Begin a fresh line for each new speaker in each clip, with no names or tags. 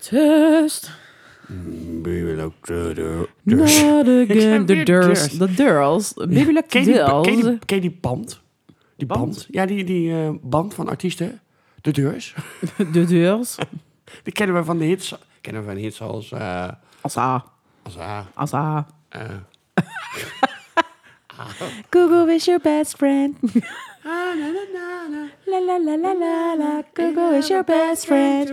Test
Bibelok
not again.
weer
De Durls.
Durst.
De Durls. Bibelok
Ken je die, ken je
Durls.
die, ken je die band? Die band? Ja, die, die eh, band van artiesten. De Deurs.
De Durls.
Die kennen we van de hits. Kennen we van hits als... eh,
Als A.
als ah,
Als A.
eh,
Google is your best friend.
ah, na, na, na, na.
La la la la la la. Google is your best friend.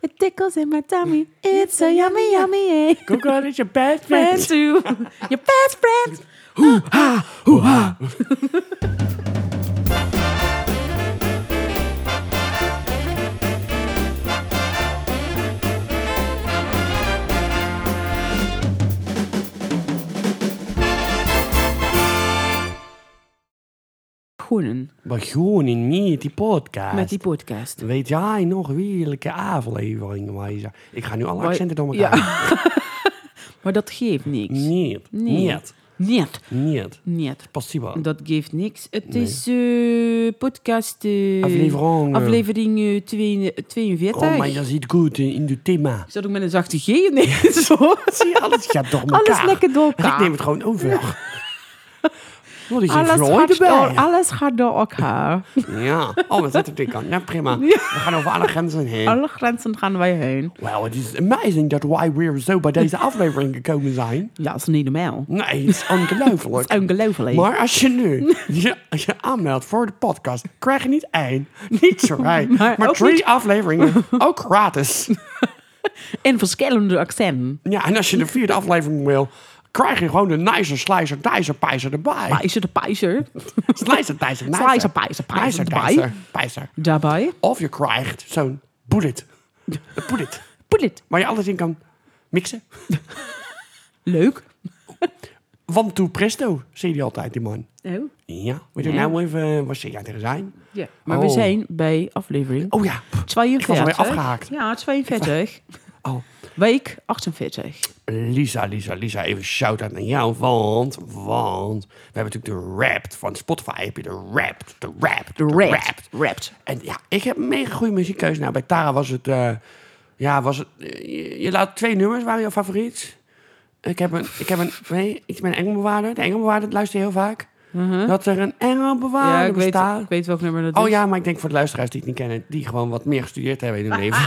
It tickles in my tummy. It's so yummy yummy. eh.
Google is your best friend.
Friend too. Your best friend. Groenen.
Maar gewoon in niet die podcast.
Met die podcast.
Weet jij nog welke aflevering wij zijn? Ik ga nu alle
Wij-
accenten door
Ja.
elkaar.
Maar dat geeft niks.
Niet.
Nee.
Niet.
Niet.
Niet.
Niet.
Possible.
Dat geeft niks. Het is eh, podcast... eh,
Aflevering, eh.
Aflevering eh, twee- 42.
Oh, maar je ziet goed eh, in het thema.
Ik zat ook met een zachte G nee, zo.
Zie je, alles gaat door elkaar.
Alles lekker door
Ik
elkaar.
neem het gewoon over. Wat is een
Alles
Freud
gaat, oh, door,
erbij?
alles gaat door elkaar.
Ja. Oh, we zitten op die kant. Nou, prima. We gaan over alle grenzen heen.
Alle grenzen gaan wij heen.
Wow, het is amazing dat wij weer zo bij deze aflevering gekomen zijn.
Ja, dat is niet normaal.
Nee, het is ongelooflijk.
Ongelooflijk.
Maar als je nu je, je aanmeldt voor de podcast, krijg je niet één, niet twee, maar,
ook
drie
niet-
afleveringen. Ook gratis.
In verschillende accenten.
Ja, en als je de vierde aflevering wil, krijg je gewoon de nicer, slicer, dijzer, pijzer erbij.
Pijzer de pijzer.
Slicer, dijzer, nicer.
Slicer, pijzer, pijzer
Nicer,
erbij.
dijzer, pijzer.
Daarbij.
Of je krijgt zo'n bullet. Een bullet.
Put it.
Waar je alles in kan mixen.
Leuk.
Want to presto, zei die altijd, die man.
Oh.
Ja, we doen
Ja.
nou even, wat zeg jij tegen zijn?
Ja. Maar we
Oh.
zijn bij aflevering
Oh ja,
42.
ik was alweer afgehaakt.
Ja, 42.
Oh.
Week 48.
Lisa, Lisa, Lisa, even shout-out naar jou. Want, want, we hebben natuurlijk de Wrapped van Spotify. Heb je de Wrapped, de Wrapped, de
Wrapped.
Wrapped.
Wrapped.
En ja, ik heb een mega goede muziekkeuze. Nou, bij Tara was het, eh, ja, was het, eh, je, je laat twee nummers, waren jouw favoriet? Ik heb een, ik heb een, nee, iets met een engelbewaarder. De engelbewaarder luister je heel vaak. Dat er een engelbewaarder
Mhm. Ja, ik weet, dus.
bestaat.
ik weet welk nummer dat
Oh
is.
ja, maar ik denk voor de luisteraars die het niet kennen, die gewoon wat meer gestudeerd hebben in hun leven.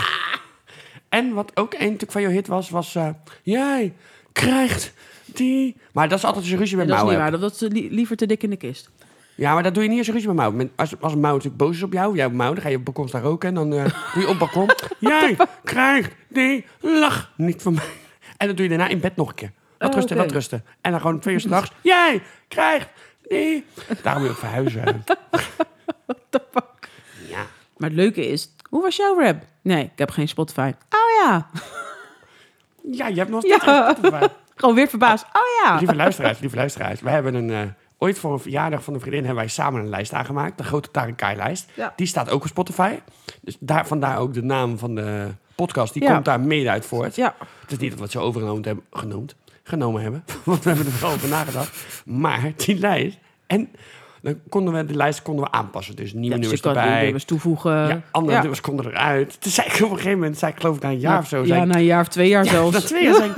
En wat ook een natuurlijk van jouw hit was, was eh, jij krijgt die. Maar dat is altijd als je ruzie met
dat is
Mouw
niet
hebt.
waar. Dat is li- liever te dik in de kist.
Ja, maar dat doe je niet als je ruzie met Mouw. hebt. Met- Als, als Mouw natuurlijk boos is op jou, jouw Mouw, dan ga je op het balkon staan roken en dan eh, doe je op het balkon. jij krijgt die lach niet van mij. En dat doe je daarna in bed nog een keer. Dat
Oh,
rusten,
oké.
dat rusten. En dan gewoon twee uur s'nachts. Jij krijgt die. Daarom wil ik verhuizen. ja.
Maar het leuke is, hoe was jouw rap? Nee, ik heb geen Spotify. Oh ja.
ja, je hebt nog
Ja.
steeds een Spotify.
Gewoon weer verbaasd. Oh ja.
Lieve luisteraars, lieve luisteraars. We hebben een... eh, ooit voor een verjaardag van een vriendin hebben wij samen een lijst aangemaakt. De grote Tarenkai lijst.
Ja.
Die staat ook op Spotify. Dus daar, vandaar ook de naam van de podcast. Die
Ja.
komt daar mede uit voort.
Ja.
Het is niet dat we het zo overgenomen hebben. Genoemd, genomen hebben. Want we hebben er wel over nagedacht. Maar die lijst... En dan konden we de lijst konden we aanpassen. Dus nieuwe
Ja, dus
nummers
je kan nieuwe
erbij.
nummers toevoegen.
Ja, andere
Ja.
nummers konden eruit. Toen zei ik op een gegeven moment, zei ik geloof ik na een jaar of zo... zei
Ja, nou,
ik,
na een jaar of twee jaar zelfs.
dat twee jaar zijn.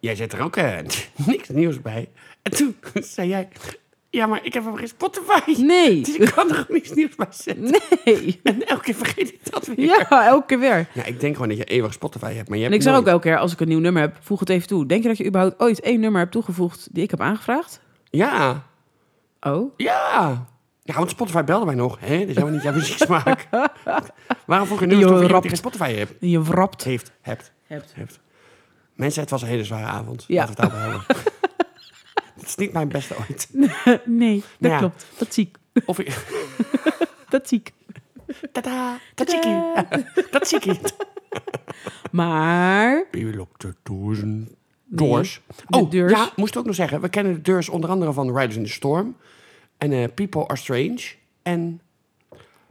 jij zit er ook eh, niks nieuws bij. En toen zei jij... Ja, maar ik heb hem geen Spotify.
Nee.
Dus ik kan er gewoon niks nieuws bij zetten.
Nee.
En elke keer vergeet ik dat weer. Ja.
Ja, elke keer weer.
ik denk gewoon dat je eeuwig Spotify hebt. Maar je
En
hebt
ik zeg ook
nooit-
elke keer, als ik een nieuw nummer heb, voeg het even toe. Denk je dat je überhaupt ooit één nummer hebt toegevoegd die ik heb aangevraagd?
Ja,
Oh.
ja. Ja, want Spotify belde mij nog. Hè? Dit is helemaal niet jouw muzieksmaak. Waarom vroeg je nu
Je
of je
rapt.
geen Spotify hebt?
Die je wrapt
Heeft, hebt,
hebt.
hebt. Mensen, het was een hele zware avond.
Ja.
Laten we het daarbij houden. Het is niet mijn beste ooit.
Nee, dat
Ja.
klopt. Dat zie ik.
Of ik...
Dat zie ik.
Tada, tzatziki. Dat zie ik niet.
Maar...
Bibelok de dozen. Doors.
de
oh,
deurs.
ja, moest ik ook nog zeggen. We kennen de deurs onder andere van Riders in the Storm. En eh, People Are Strange. En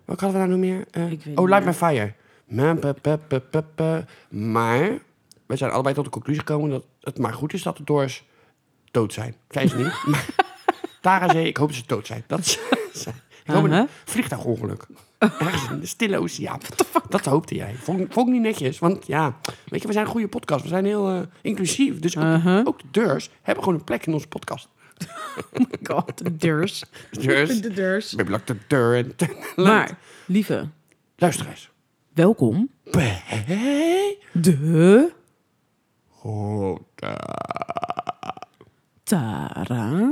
wat hadden we nou nog meer? Eh,
weet niet
oh, Light My Fire. Ma, pa, pa, pa, pa, pa. Maar we zijn allebei tot de conclusie gekomen dat het maar goed is dat de doors dood zijn. Zijn ze niet? maar Tara zei, ik hoop dat ze dood zijn. Dat ze- ze- Ik hoop een
Aha.
vliegtuigongeluk. Ergens in de stille oceaan. Dat hoopte jij. Vond, vond ik niet netjes. Want ja, weet je, we zijn een goede podcast. We zijn heel eh, inclusief. Dus ook,
Uh-huh.
ook de deurs hebben gewoon een plek in onze podcast. Dus
God, de deurs.
De deurs.
De deurs.
We de deur. en-
Maar, lieve,
Luister eens.
welkom.
Bij
De
Hoda
Tara.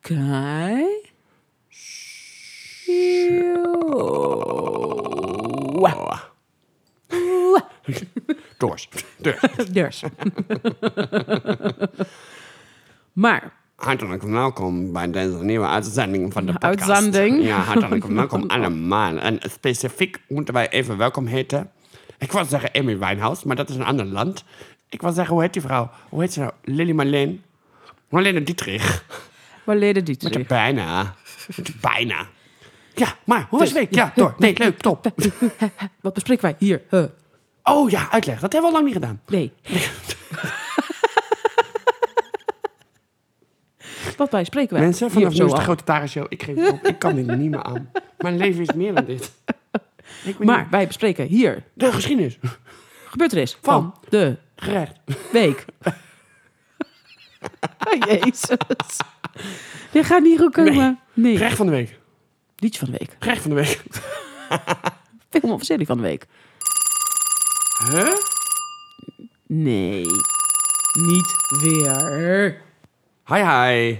Kai.
Doors. Deurs.
Deurs. maar,
Hartelijk welkom bij deze nieuwe uitzending van de podcast.
Uitzending.
Ja, hartelijk welkom allemaal. En specifiek moeten wij even welkom heten. Ik wil zeggen Amy Winehouse, maar dat is een ander land. Ik wil zeggen, hoe heet die vrouw? Hoe heet ze nou? Lily Marleen? Marlene Dietrich.
waar leden die
Met de
twee?
bijna. Met de bijna. Ja, maar hoe was de week? Ja, door. Nee, leuk, top.
Wat bespreken wij hier? Huh.
Oh ja, uitleg. Dat hebben we al lang niet gedaan.
Nee. Wat wij spreken wij?
Mensen,
hier
vanaf nu
zo
is de
af.
grote tarenshow. Ik geef het op. Ik kan dit niet meer aan. Mijn leven is meer dan dit. Ik ben
Maar wij bespreken hier
De geschiedenis.
gebeurtenis van, van de
Gerecht.
week. Oh, Jezus. Dit gaat niet goed komen. Nee.
Gerecht van de week.
Liedje van de week.
Gerecht van de week.
Film of serie van de week.
Huh?
Nee. Niet weer.
Hi, hi.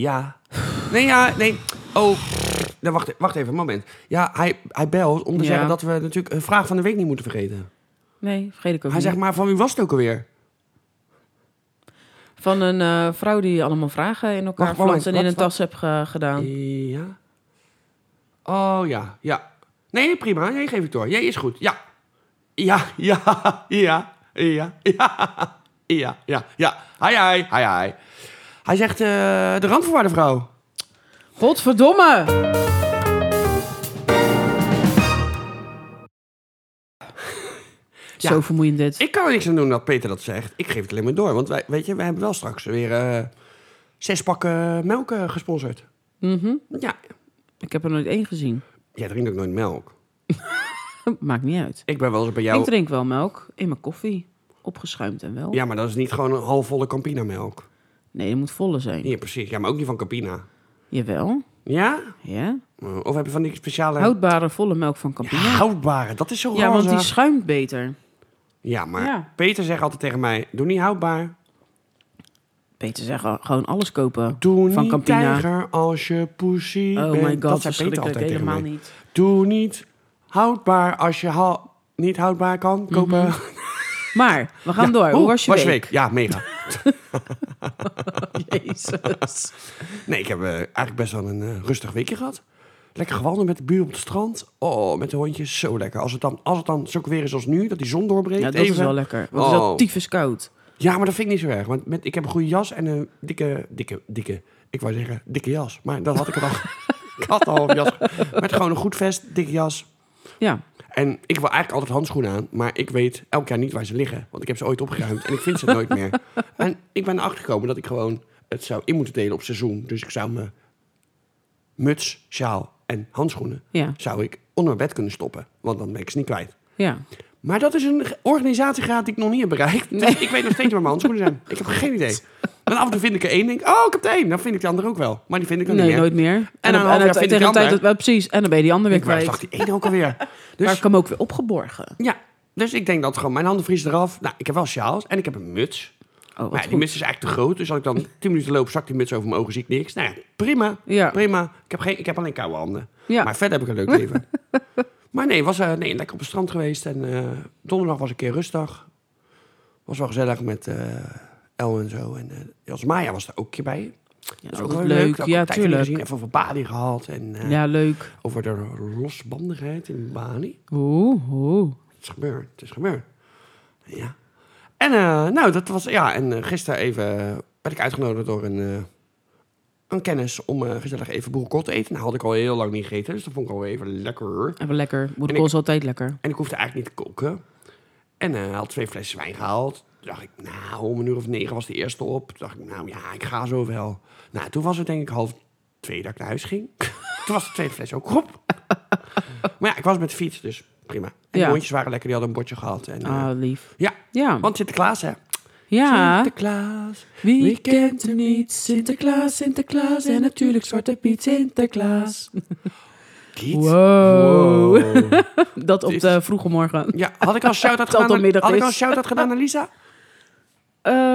Ja. Nee, ja, nee. Oh, nee, wacht, wacht even, een moment. Ja, hij, hij belt om te
Ja.
zeggen dat we natuurlijk een vraag van de week niet moeten vergeten.
Nee, vergeet ik ook
Hij
niet.
zegt maar, van wie was het ook alweer?
Van een eh, vrouw die allemaal vragen in elkaar
Wacht, moment,
flanst en in
wat-
een tas heb ge- gedaan.
Ja. Oh, ja, ja. Nee, prima. Nee, geef ik door. Jij is goed. Ja. Ja, ja, ja, ja, ja, ja, ja, ja. Hi, hi, hi, hi. Hij zegt eh, de randvoorwaarde vrouw.
Godverdomme!
Ja.
Zo vermoeiend dit.
Ik kan er niks aan doen dat Peter dat zegt. Ik geef het alleen maar door. Want wij, weet je, wij hebben wel straks weer eh, zes pakken melk eh, gesponsord.
Mhm.
Ja,
Ik heb er nooit één gezien.
jij drinkt ook nooit melk.
Maakt niet uit.
Ik ben wel eens bij
Ik
jou.
drink wel melk in mijn koffie. Opgeschuimd en wel.
Ja, maar dat is niet gewoon een halfvolle Campina melk.
Nee, dat moet volle zijn.
Ja, precies. Ja, maar ook niet van Campina.
Jawel.
Ja?
Ja.
Of heb je van die speciale...
Houdbare volle melk van
Ja,
Campina.
houdbare. Dat is zo
Ja,
roze.
want die schuimt beter.
Ja, maar
Ja.
Peter zegt altijd tegen mij... Doe niet houdbaar.
Beter zeggen, gewoon alles kopen
Doe
van
niet
Campina.
tijger als je poesie
Oh
bent.
my god,
dat zei Peter
verschrikkelijk.
altijd tegen
Helemaal
mij.
niet.
Doe niet houdbaar als je hou- niet houdbaar kan kopen.
Maar, we gaan door. Mhm. Oh, Hoe was je week?
Ja, mega.
Jezus.
Nee, ik heb eh, eigenlijk best wel een eh, rustig weekje gehad. Lekker gewandeld met de buur op het strand. Oh, met de hondjes, zo lekker. Als het dan, als het dan zo weer is als nu, dat die zon doorbreekt.
Ja, dat is
even.
wel lekker. Want het is wel
Oh.
tyfus koud.
Ja, maar dat vind ik niet zo erg. Want met, ik heb een goede jas en een dikke, dikke, dikke... Ik wou zeggen, dikke jas. Maar dat had ik al. ik had al een jas. Met gewoon een goed vest, dikke jas.
Ja.
En ik wil eigenlijk altijd handschoenen aan, maar ik weet elk jaar niet waar ze liggen. Want ik heb ze ooit opgeruimd en ik vind ze nooit meer. En ik ben erachter gekomen dat ik gewoon het zou in moeten delen op seizoen. Dus ik zou mijn muts, sjaal en handschoenen
Ja.
zou ik onder mijn bed kunnen stoppen. Want dan ben ik ze niet kwijt.
Ja.
Maar dat is een ge- organisatiegraad die ik nog niet heb bereikt. Dus ik weet nog steeds waar mijn handschoenen zijn. Ik heb geen idee. Maar af en toe vind ik er één en denk ik, oh, ik heb er één. Dan vind ik de ander ook wel. Maar die vind ik dan
Nee,
niet meer.
nooit meer. En, dan-
een half jaar
het-
vind
tegen
ik
de
die
tijd dat
ander.
wel precies. En dan ben je die andere weer
Ik waar
kwijt.
zag die één ook alweer. Dus...
Maar ik heb hem ook weer opgeborgen.
Ja, dus ik denk dat gewoon mijn handen vriezen eraf. Nou, ik heb wel sjaals en ik heb een muts.
Oh,
Maar
wat
ja, die
goed.
muts is eigenlijk te groot. Dus als ik dan 10 minuten loop, zak die muts over mijn ogen, zie ik niks. Nou ja, prima.
Ja.
Prima. Ik heb, geen, ik heb alleen koude handen.
Ja.
Maar verder heb ik een leuk leven. maar nee, was, eh, nee, lekker op het strand geweest. En eh, donderdag was een keer rustdag. Was wel gezellig met eh El en zo. En eh als Maya was er ook een keer bij.
Ja,
Dat is ook
altijd
wel
leuk.
Ook
Ja,
tijd niet
tuurlijk.
Gezien. Even over Bali gehad. En eh,
Ja, leuk.
over de losbandigheid in Bali.
Oeh, oeh.
Het is gebeurd, het is gebeurd. Ja. En eh, nou, dat was, ja, en eh, gisteren even eh, werd ik uitgenodigd door een, eh, een kennis om eh, gezellig even boerenkot te eten. Nou, had ik al heel lang niet gegeten, dus dat vond ik al even lekker.
Even lekker.
En
Moederkool
ik-
is altijd lekker.
En ik hoefde eigenlijk niet te koken. En eh, hij had twee flessen wijn gehaald. Toen dacht ik, nou, om een uur of negen was de eerste op. Toen dacht ik, nou ja, ik ga zo wel. Nou, toen was het denk ik half twee dat ik naar huis ging. Toen was de tweede fles ook op. maar ja, ik was met de fiets, dus prima. En
Ja.
de hondjes waren lekker, die hadden een bordje gehad. En, eh,
Ah, lief.
ja,
Ja.
want Sinterklaas, hè?
ja.
Sinterklaas.
Wie kent hem niet? Sinterklaas, Sinterklaas en natuurlijk Zwarte Piet Sinterklaas.
Piet?
Wow.
Wow.
Dat op
Dit-
de vroege morgen.
Ja, had ik al een shout-out
Dat
gedaan,
al
aan-
middag
had ik
is.
al een shout-out gedaan aan Lisa?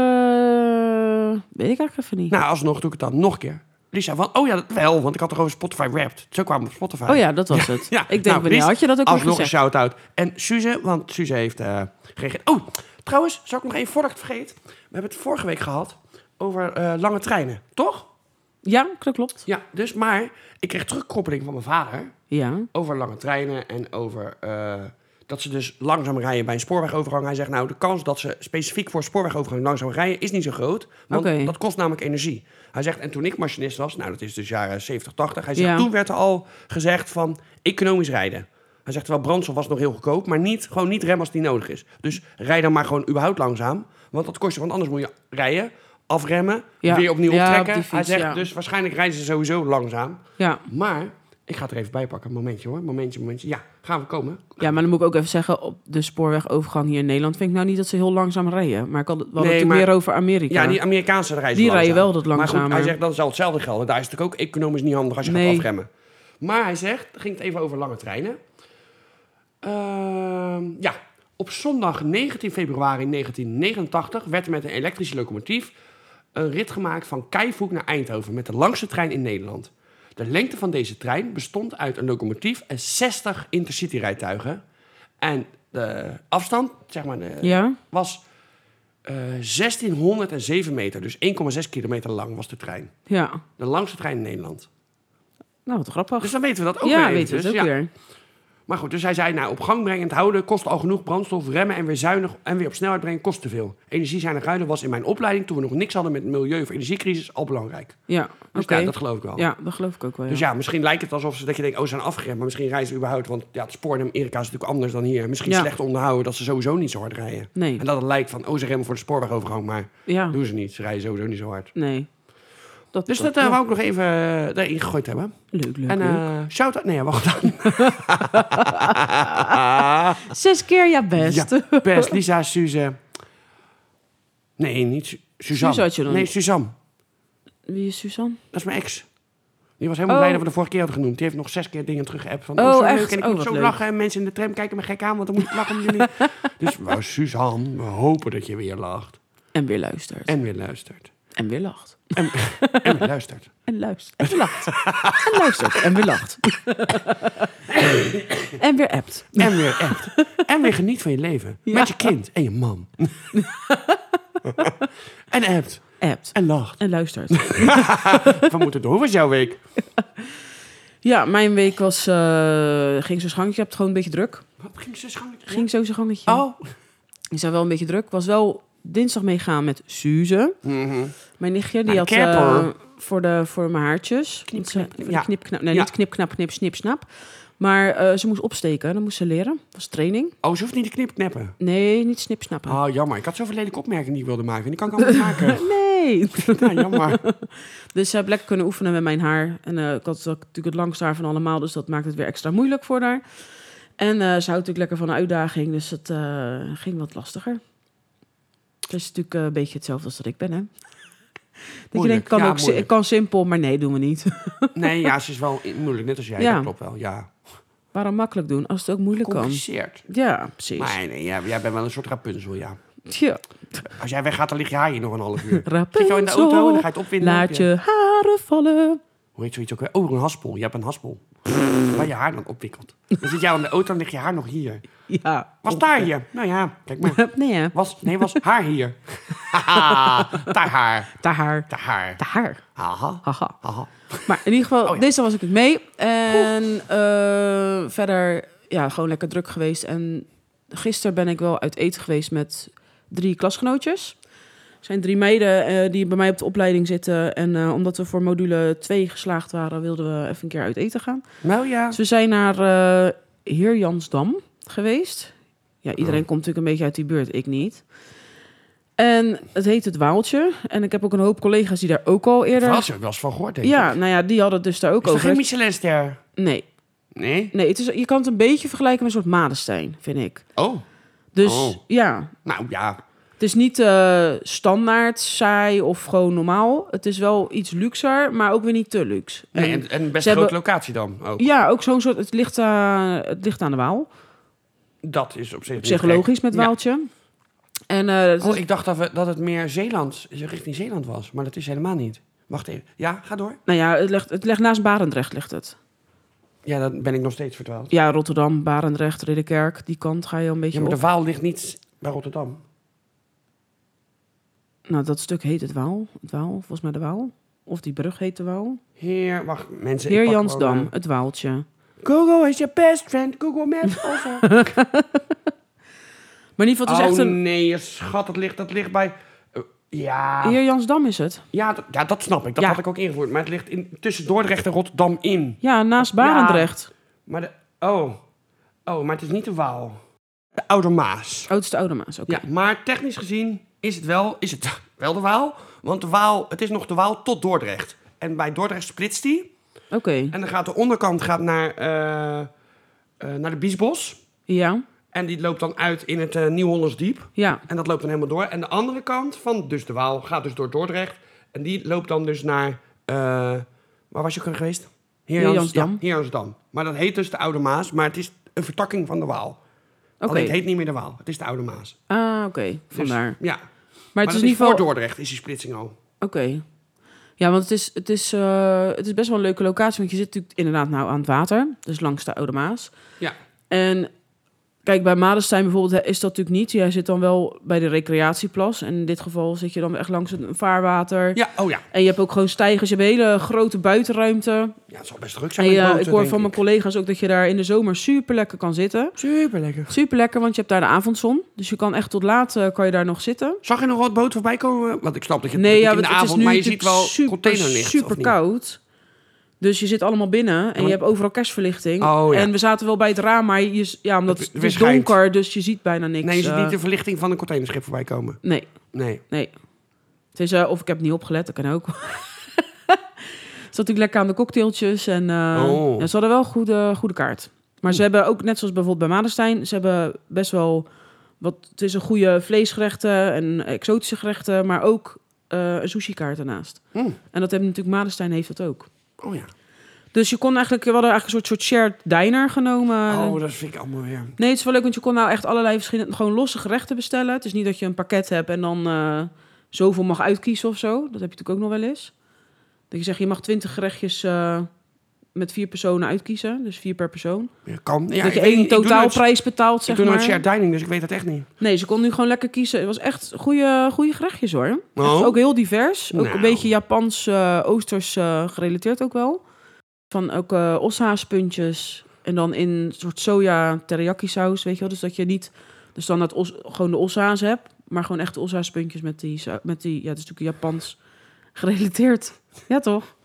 Eh, weet ik eigenlijk even niet.
Nou, alsnog doe ik het dan nog een keer. Lisa, van, oh ja, dat wel, want ik had toch over Spotify Wrapped. Zo kwam op Spotify.
oh ja, dat was het.
Ja,
ik denk,
nou,
wanneer
Lies,
had je dat ook nog
Alsnog een
gezegd?
shout-out. En Suze, want Suze heeft eh gereageerd. Oh, trouwens, zou ik nog even, voordat ik het vergeet. We hebben het vorige week gehad over eh, lange treinen, toch?
Ja, dat klopt.
Ja, dus maar ik kreeg terugkoppeling van mijn vader
Ja.
over lange treinen en over eh, dat ze dus langzaam rijden bij een spoorwegovergang. Hij zegt nou, de kans dat ze specifiek voor spoorwegovergang langzaam rijden is niet zo groot, want
Oké.
dat kost namelijk energie. Hij zegt, en toen ik machinist was, nou dat is dus jaren 70, 80, hij zegt,
Ja.
toen werd er al gezegd van economisch rijden. Hij zegt wel, brandstof was nog heel goedkoop, maar niet, gewoon niet remmen als die nodig is. Dus rij dan maar gewoon überhaupt langzaam, want dat kost je, want anders moet je rijden, afremmen,
Ja.
weer opnieuw
Ja, op
optrekken.
die fiets,
hij zegt,
ja.
dus waarschijnlijk rijden ze sowieso langzaam.
ja.
Maar, ik ga het er even bij pakken. Momentje hoor, momentje, momentje. Ja, gaan we komen.
Ja, maar dan moet ik ook even zeggen, op de spoorwegovergang hier in Nederland vind ik nou niet dat ze heel langzaam rijden. Maar ik had het wel
Nee,
natuurlijk
maar-
meer over Amerika.
Ja, die Amerikaanse reizen
Die
langzaam.
rijden wel dat
Maar goed,
langzamer.
hij zegt, dan zal hetzelfde gelden. Daar is het natuurlijk ook economisch niet handig als je
Nee.
gaat afremmen. Maar hij zegt, ging het even over lange treinen. Ehm, ja, op zondag 19 februari 1989 werd met een elektrische locomotief een rit gemaakt van Keifhoek naar Eindhoven met de langste trein in Nederland. De lengte van deze trein bestond uit een locomotief en 60 intercity-rijtuigen. En de afstand, zeg maar, de,
Ja?
was eh, 1607 meter, dus 1,6 kilometer lang was de trein.
Ja.
De langste trein in Nederland.
Nou, wat grappig.
Dus dan weten we dat ook
ja,
weer
weet je het
eventjes,
ook
ja.
weer.
Maar goed, dus hij zei, nou, op gang brengen en het houden kost al genoeg brandstof, remmen en weer zuinig en weer op snelheid brengen kost te veel. Energiezuinig ruilen was in mijn opleiding, toen we nog niks hadden met milieu of energiecrisis, al belangrijk.
Ja,
Dus
oké.
ja, dat geloof ik wel.
Ja, dat geloof ik ook wel. Ja.
Dus ja, misschien lijkt het alsof ze, dat je denkt, oh, ze zijn afgeremd, maar misschien reizen ze überhaupt, want ja, het spoor in Amerika is natuurlijk anders dan hier. Misschien
Ja.
slecht onderhouden dat ze sowieso niet zo hard rijden.
Nee.
En dat het lijkt van, oh, ze remmen voor de spoorwegovergang, maar
Ja.
doen ze niet. Ze rijden sowieso niet zo hard.
Nee. Dat,
Dus dat eh,
ja.
wou ik nog even eh, daarin gegooid hebben.
Leuk, leuk,
en
leuk.
eh shout-out... Nee, wacht.
Zes keer ja best.
eh, Ja, Pers, Lisa, Suze... Nee, niet Su- Suzanne.
Suze had je dan
nee,
niet.
Suzanne.
Wie is Suzanne?
Dat is mijn ex. Die was helemaal
Oh.
blij dat we de vorige keer hadden genoemd. Die heeft nog zes keer dingen teruggeappt. Van,
Oh,
oh, zo leuk.
echt?
En ik
Oh,
moet
wat
zo
leuk.
lachen. En mensen in de tram kijken me gek aan, want dan moet ik lachen om jullie. Dus nou, Suzanne, we hopen dat je weer lacht.
En weer luistert. En,
En weer luistert.
weer lacht.
En weer luistert.
En luistert. En weer lacht. en luistert. En weer lacht. en weer appt.
En weer echt. En weer geniet van je leven.
Ja.
Met je kind en je man. en appt.
Appt.
En lacht.
En luistert.
We moeten door. Hoe was jouw week?
Ja, mijn week was... eh, ging zo gangetje. Ik heb het gewoon een beetje druk.
Wat ging ze schoon?
Ging zo zijn gangetje.
Oh.
Ik zou wel een beetje druk. Was wel dinsdag meegaan met Suze.
Mhm.
Mijn nichtje, die
de
had
kerp,
eh,
hoor.
voor, de, voor mijn haartjes.
Knip,
Want ze-
knip,
voor
knip.
de
Ja.
knip, knap, nee,
Ja.
niet knip, knap, knip, snip, snap. Maar eh, ze moest opsteken. Dan moest ze leren. Dat was training.
Oh, ze hoeft niet te knipknappen.
Nee, niet snip, snappen.
Oh, jammer. Ik had zoveel lelijke opmerkingen die ik wilde maken. En die kan ik allemaal niet maken.
Nee.
Nou, jammer.
Dus ze heeft lekker kunnen oefenen met mijn haar. En eh, ik had ook natuurlijk het langste haar van allemaal. Dus dat maakt het weer extra moeilijk voor haar. En eh, ze houdt natuurlijk lekker van een uitdaging. Dus het eh, ging wat lastiger. Het is natuurlijk eh, een beetje hetzelfde als dat ik ben, hè? Dat je
Moeilijk.
denkt, kan
Ja,
ook, si-
moeilijk.
kan simpel, maar nee, doen we niet.
Nee, ja, ze is wel i- moeilijk. Net als jij.
Ja.
Dat klopt wel. Ja.
Waarom makkelijk doen als het ook moeilijk kan?
Compliceerd.
Ja, precies.
Maar nee, ja, jij bent wel een soort rapunzel, ja.
Tja,
Als jij weggaat, dan lig je haar hier nog een half uur.
Rapunzel,
Zit je al in de auto en dan ga je het opwinden.
laat
Heb
je haren vallen.
Hoe heet zoiets ook weer? Oh, een haspel. Je hebt een haspel. Waar je haar dan opwikkelt. Dan zit jij in de auto en ligt je haar nog hier.
Ja.
Was daar hier? Nou ja, kijk maar.
Nee, hè?
Was, nee, was haar hier. Haha, daar haar.
Te haar.
Daar haar.
Te haar.
Haha.
Haha.
Haha.
Maar in ieder geval,
Oh ja.
deze was ik het mee. En eh, verder, ja, gewoon lekker druk geweest. En gisteren ben ik wel uit eten geweest met drie klasgenootjes. Er zijn drie meiden eh, die bij mij op de opleiding zitten. En eh, omdat we voor module 2 geslaagd waren, wilden we even een keer uit eten gaan.
Nou ja.
Dus we zijn naar eh
Oh.
Heerjansdam geweest. Ja, iedereen komt natuurlijk een beetje uit die buurt, ik niet. En het heet Het Waaltje. En ik heb ook een hoop collega's die daar ook al eerder...
Daar heb ik wel eens van gehoord, denk ik.
ja, nou ja, die hadden het dus daar ook
Is er
over.
geen Michelinster?
Nee,
Nee?
nee het is, je kan het een beetje vergelijken met een soort Madestein, vind ik.
Oh,
Dus
Oh.
ja,
nou ja.
het is niet eh, standaard, saai of gewoon normaal. Het is wel iets luxer, maar ook weer niet te luxe.
Nee,
En-
en, en best
ze
een grote
hebben-
locatie dan ook.
Ja, ook zo'n soort. Het ligt, eh, het ligt aan de Waal.
Dat is op zich niet gek.
Psychologisch met
Ja.
Waaltje. En eh, het
Oh,
is-
ik dacht dat, we, dat het meer Zeeland, richting Zeeland was. Maar dat is helemaal niet. Wacht even. Ja, ga door.
nou ja, het ligt, het ligt naast Barendrecht. Ligt het.
Ja, dan ben ik nog steeds verdwaald.
Ja, Rotterdam, Barendrecht, Ridderkerk. Die kant ga je een beetje
Ja, maar de
op.
Waal ligt niet bij Rotterdam.
Nou, dat stuk heet het Waal. Het Waal, volgens mij de Waal. Of die brug heet de Waal.
Heer, wacht, mensen. ik
Heer
pak
Jansdam,
gewoon,
het Waaltje.
eh, Google is je best friend. Google Maps also.
Maar in ieder geval,
oh
het is echt een...
nee, je schat, dat ligt, dat ligt bij... eh, ja,
Heer Jansdam is het.
ja, dat, ja, dat snap ik. Dat
Ja.
had ik ook ingevoerd. Maar het ligt in, tussen Dordrecht en Rotterdam in.
Ja, naast Barendrecht.
Maar de... Oh. Oh, maar het is niet de Waal. De Oude Maas.
Oudste Oude Maas, oké.
Ja, maar technisch gezien is het, wel, is het wel de Waal. Want de Waal, het is nog de Waal tot Dordrecht. En bij Dordrecht splitst die.
Oké,
En dan gaat de onderkant gaat naar, eh, eh, naar de Biesbos.
ja.
En die loopt dan uit in het eh, Nieuw-Hollands Diep.
Ja,
En dat loopt dan helemaal door. En de andere kant van dus de Waal gaat dus door Dordrecht. En die loopt dan dus naar... eh, waar was je ook weer geweest? Heerjans-
Heerjansdam.
Ja, Heerjansdam. Maar dat heet dus de Oude Maas. Maar het is een vertakking van de Waal.
oké.
Alleen Oh, het heet niet meer de Waal. Het is de Oude Maas.
Ah, oké,
Dus,
vandaar.
Ja.
Maar het
Maar
is
dat
in ieder geval...
voor Dordrecht is die splitsing al.
Oké. Ja, want het is, het, is, eh, het is best wel een leuke locatie. Want je zit natuurlijk inderdaad nou aan het water. Dus langs de Oude Maas.
Ja.
En kijk, bij Madestein bijvoorbeeld hè, is dat natuurlijk niet. Jij zit dan wel bij de recreatieplas. En in dit geval zit je dan echt langs een vaarwater.
Ja, oh ja.
En je hebt ook gewoon stijgers. Je hebt een hele grote buitenruimte.
Ja, het zal best druk
En
zijn
je,
met boten,
eh, ik hoor
denk
van mijn collega's ook dat je daar in de zomer super lekker kan zitten.
Super lekker.
Super lekker, want je hebt daar de avondzon. Dus je kan echt tot laat eh, kan je daar nog zitten.
Zag je nog wat boot voorbij komen? Want ik snap dat je
Nee, ja,
in de
want het
avond,
is nu
maar je ziet
natuurlijk
wel
super,
container liggen.
super koud. Dus je zit allemaal binnen en
maar-
je hebt overal kerstverlichting.
Oh, ja.
En we zaten wel bij het raam, maar je, ja, omdat
Het-
het,
het
is
schijnt.
donker, dus je ziet bijna niks.
Nee, je ziet
eh,
niet de verlichting van een containerschip voorbij komen.
nee,
Nee.
nee. Het is, eh, of ik heb niet opgelet, dat kan ook. Het zat natuurlijk lekker aan de cocktailtjes en eh,
Oh. Hm.
ja, ze hadden wel een goede, goede kaart. Maar ze hebben ook, net zoals bijvoorbeeld bij Madestein, ze hebben best wel wat, het is een goede vleesgerechten en exotische gerechten, maar ook eh, een sushi kaart daarnaast.
Hm.
En dat hebben natuurlijk Madestein heeft dat ook.
Oh ja.
Dus je kon eigenlijk, we hadden eigenlijk een soort, soort shared diner genomen.
Oh, dat vind ik allemaal weer.
Nee, het is wel leuk, want je kon nou echt allerlei verschillende, gewoon losse gerechten bestellen. Het is niet dat je een pakket hebt en dan eh, zoveel mag uitkiezen of zo. Dat heb je natuurlijk ook nog wel eens. Dat je zegt, je mag twintig gerechtjes eh, met vier personen uitkiezen. Dus vier per persoon.
Ja, kan. Ja,
dat je
ik weet
één
niet, ik doe nooit-
totaalprijs betaalt,
Ik
zeg
doe nooit
maar.
shared dining, dus ik weet dat echt niet.
Nee, ze kon nu gewoon lekker kiezen. Het was echt goede, goede gerechtjes hoor. Echt
Oh.
ook heel divers. Ook
Nou.
een beetje Japans, eh, Oosters eh, gerelateerd ook wel. Van ook eh oshaaspuntjes. En dan in een soort soja teriyaki saus, weet je wel. Dus dat je niet dus dan dat os, gewoon de oshaas hebt. Maar gewoon echt oshaaspuntjes met die, sau- met die... Ja, het is natuurlijk Japans gerelateerd. Ja, toch?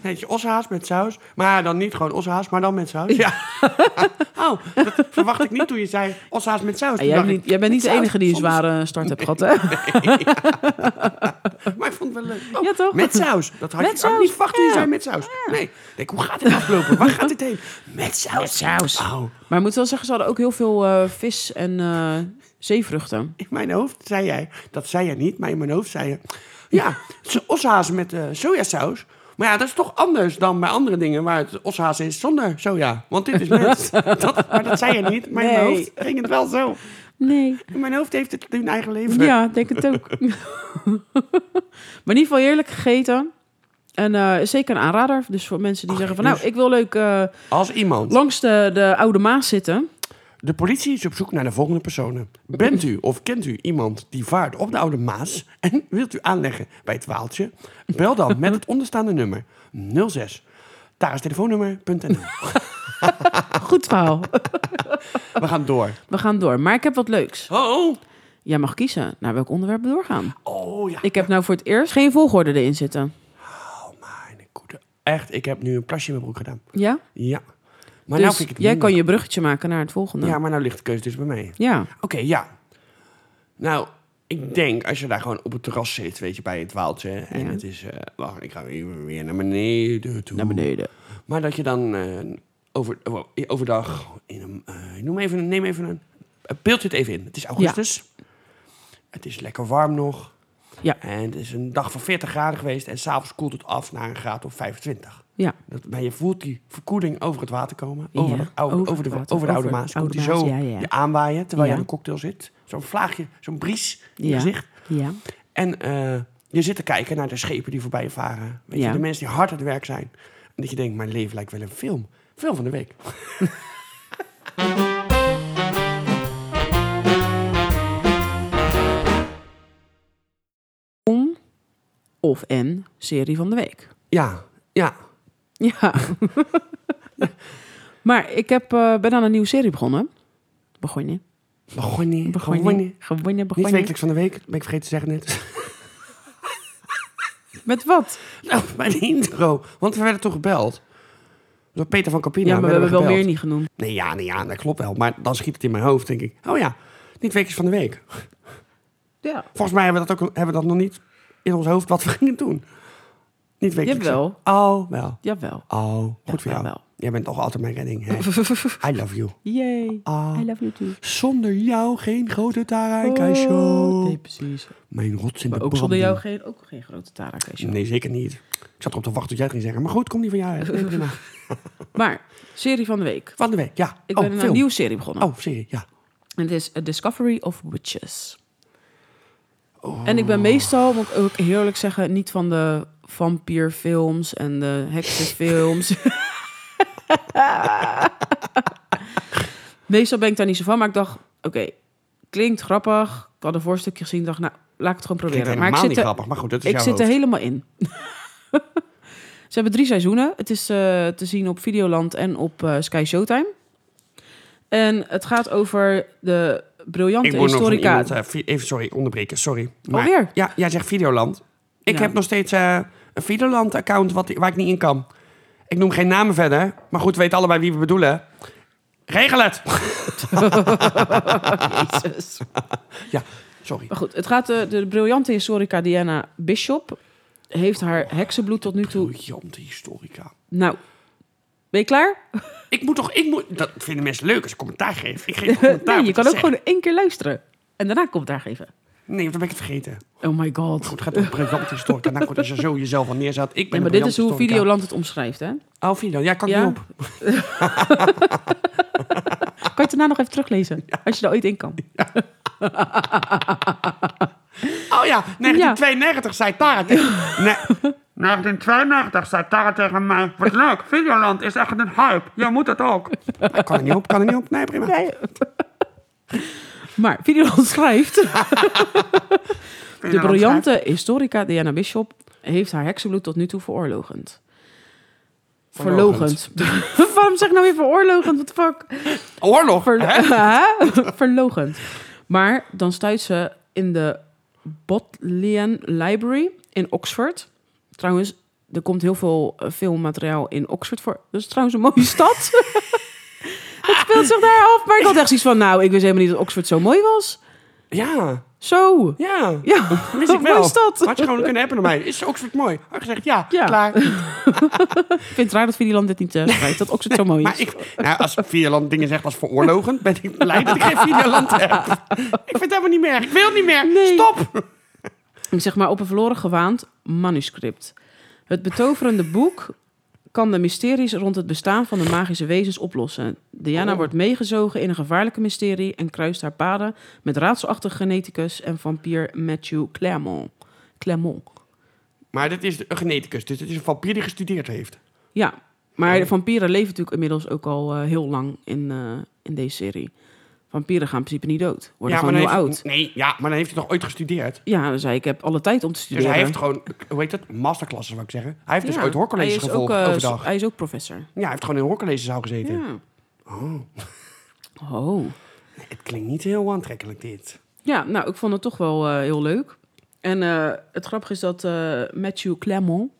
Nee, je oshaas met saus. Maar dan niet gewoon oshaas, maar dan met saus. Ja. oh, dat verwacht ik niet toen je zei oshaas met
Ja,
saus. Toen
Ah, jij,
dacht
bent niet, jij bent niet de
saus
enige die een
zonder-
zware start hebt gehad, hè?
ik, maar ik vond het wel leuk. Oh,
Ja, toch?
Met saus. Dat
Met
had ik had ik
saus,
niet verwacht toen je
ja.
zei met saus. Nee. Ik denk, hoe gaat dit aflopen? Waar gaat dit heen? Met saus.
Met saus.
Oh,
Maar ik moet wel zeggen, ze hadden ook heel veel eh, vis en eh, zeevruchten.
in mijn hoofd zei jij, dat zei jij niet, maar in mijn hoofd zei je, ja, het is oshaas met eh, sojasaus. Maar ja, dat is toch anders dan bij andere dingen waar het oshaas is zonder soja. Want dit is met. dat, maar dat zei je niet, maar in mijn
Nee.
hoofd ging het wel zo.
Nee.
In mijn hoofd heeft het een eigen leven.
Ja, ik denk het ook. maar in ieder geval heerlijk gegeten. En eh, is zeker een aanrader. Dus voor mensen die
Ach,
zeggen van...
jongens.
nou, ik wil leuk eh,
Als iemand.
langs de, de Oude Maas zitten.
De politie is op zoek naar de volgende personen. Bent u of kent u iemand die vaart op de Oude Maas en wilt u aanleggen bij het Waaltje? Bel dan met het onderstaande nummer 06 Tara's-telefoonnummer.nl. Ah.
Goed verhaal.
We gaan door.
We gaan door. Maar ik heb wat leuks.
Oh,
Jij mag kiezen naar welk onderwerp we doorgaan.
oh ja.
Ik heb nou voor het eerst geen volgorde erin zitten.
Oh mijn goede. Echt, ik heb nu een plasje in mijn broek gedaan.
Ja?
Ja. Maar
dus
nou vind ik het
jij
minder.
kan je bruggetje maken naar het volgende.
Ja, maar nou ligt de keuze dus bij mij.
Ja.
Oké, ja. Nou, Ik denk, als je daar gewoon op het terras zit, weet je, bij het waaltje. En
Ja.
het is, eh, wacht, ik ga even weer naar beneden toe.
Naar beneden.
Maar dat je dan eh, over, oh, overdag, in een, eh, noem even, een- neem even een, eh, beeld dit even in. Het is augustus. Het is lekker warm nog.
Ja.
En het is een dag van 40 graden geweest. En s'avonds koelt het af naar een graad of 25.
Ja.
Dat, maar je voelt die verkoeling over het water komen.
Ja,
Over, de, oude,
over
over, de,
het water,
over de Oude
over
Maas.
de Oude
Komt die
Maas,
zo
ja, ja.
je aanwaaien terwijl je
Ja.
aan een cocktail zit. Zo'n vlaagje, zo'n bries in je
Ja.
gezicht.
Ja.
En eh, je zit te kijken naar de schepen die voorbij varen. Weet je,
Ja.
de mensen die hard aan het werk zijn. En dat je denkt, mijn leven lijkt wel een film. Film van de week.
Om of en serie van de week.
Ja, ja.
Ja. maar ik heb, eh, ben aan een nieuwe serie begonnen. Begonnen. Begonnen.
Begonnen, begonnen.
Begonnen.
Niet
Begonnen.
wekelijks van de week, dat ben ik vergeten te zeggen net.
Met wat?
nou, mijn intro. Want we werden toch gebeld. Door Peter van Capina.
Ja, maar we hebben wel meer
gebeld.
niet genoemd.
Nee, ja, nee, ja, dat klopt wel. Maar dan schiet het in mijn hoofd, denk ik. Oh ja, niet wekelijks van de week.
Ja.
Volgens mij hebben we dat, ook, hebben we dat nog niet in ons hoofd wat we gingen doen. Niet wekelijks.
Jawel.
Oh, wel.
Jawel.
Oh, goed voor jou.
jawel.
Jij bent toch altijd mijn redding.
Oh,
Hè? I love you.
Yay.
Ah.
I love you too.
Zonder jou geen grote Tara en Kai show.
Nee, precies.
Mijn rots
Oh,
in
Maar
de
ook zonder jou
branding.
geen, ook geen grote tara
Nee, zeker niet. Ik zat erop te wachten tot jij het ging zeggen. Maar goed, kom die van jou. uit. Nee, prima.
Maar, serie van de week.
Van de week, ja.
Ik
oh,
ben aan een
film.
nieuwe serie begonnen.
Oh, serie, ja.
En het is A Discovery of Witches. En ik ben meestal, moet ik ook heerlijk zeggen, niet van de vampierfilms en de heksenfilms. meestal ben ik daar niet zo van, maar ik dacht, oké, klinkt grappig. Ik had een voorstukje gezien, dacht, nou, laat ik het gewoon
Klinkt
proberen.
helemaal
Maar ik
niet
zit er,
grappig, maar goed, dat is
ik
jouw
zit er
hoofd.
helemaal in. Ze hebben drie seizoenen. Het is eh, te zien op Videoland en op eh, Sky Showtime. En het gaat over de briljante
Ik word nog van
historica.
iemand, eh, vi- even, sorry, onderbreken, sorry.
Alweer?
Ja, jij zegt Videoland. Ik
Ja.
heb nog steeds eh, een Videoland-account wat- waar ik niet in kan. Ik noem geen namen verder, maar goed, we weten allebei wie we bedoelen. Regel het!
Jezus.
Ja, sorry.
Maar goed, het gaat eh, de briljante historica Diana Bishop heeft
Oh,
haar heksenbloed tot nu toe.
Briljante historica.
Nou, ben je klaar?
Ik moet toch, ik moet, dat vinden mensen leuk als ik commentaar geef. Ik geef commentaar.
nee, je kan
wat Nou, ik
ook
zeg.
gewoon één keer luisteren en daarna commentaar geven.
Nee, want dan ben ik het vergeten.
Oh my god.
Goed, gaat over briljante historica. Nou goed, als je zo jezelf al neerzet. Ik ben
Nee,
een
maar dit is hoe
briljante historica.
Videoland het omschrijft, hè?
Oh, video. Ja, kan ik
Ja.
niet op.
Kan je het daarna nog even teruglezen? Als je er ooit in kan.
Oh ja, 1992 zei Tara tegen... Nee.
1992 zei Tara tegen mij: Wat leuk, Videoland is echt een hype. Jij moet het ook.
Ah, Kan er niet op, kan er niet op. Nee, prima.
Maar Videoland schrijft... de briljante historica Diana Bishop heeft haar heksenbloed tot nu toe veroorlogend. Verlogend.
Verlogend.
Waarom zeg ik nou weer veroorlogend? What the fuck?
Oorlog.
Ver-
hè?
Hè? Verlogend. Maar dan stuit ze in de Bodleian Library in Oxford. Trouwens, er komt heel veel eh, filmmateriaal in Oxford voor. Dat is trouwens een mooie stad. Het speelt zich daar af. Maar ik had echt zoiets van, nou, ik wist helemaal niet dat Oxford zo mooi was.
Ja,
Zo.
ja.
Ja,
Wist ik wel.
mooie stad.
Had je gewoon kunnen hebben naar mij. Is Oxford mooi? Had ik gezegd ja,
Ja.
klaar.
Ik vind het raar dat Videoland dit niet eh, schrijft, dat Oxford zo mooi
Maar
is.
ik, nou, als Videoland dingen zegt als veroorlogend, ben ik blij dat ik geen Videoland heb. Ik vind het helemaal niet meer. Ik wil het niet meer.
Nee.
Stop.
Ik zeg maar op een verloren gewaand manuscript. Het betoverende boek kan de mysteries rond het bestaan van de magische wezens oplossen. Diana wordt meegezogen in een gevaarlijke mysterie en kruist haar paden met raadselachtige geneticus en vampier Matthew Clermont. Clermont.
Maar dit is een geneticus, dus het is een vampier die gestudeerd heeft.
Ja, maar de vampieren leven natuurlijk inmiddels ook al eh, heel lang in, eh, in deze serie. Vampieren gaan in principe niet dood, worden
maar
gewoon heel
dan heeft,
oud.
Nee, ja, maar dan heeft hij toch ooit gestudeerd?
Ja, dan zei ik, ik heb alle tijd om te
Dus
studeren.
hij heeft gewoon, hoe heet dat? Masterclasses, zou ik zeggen. Hij heeft dus
Ja,
ooit hoorcolleges
hij is ook,
gevolgd
eh,
overdag.
Hij is ook professor.
Ja, hij heeft gewoon in een hoorcollegezaal gezeten.
Ja. Oh.
Het klinkt niet heel aantrekkelijk, dit.
Ja, nou, ik vond het toch wel eh, heel leuk. En eh, het grappige is dat eh, Matthew Clermont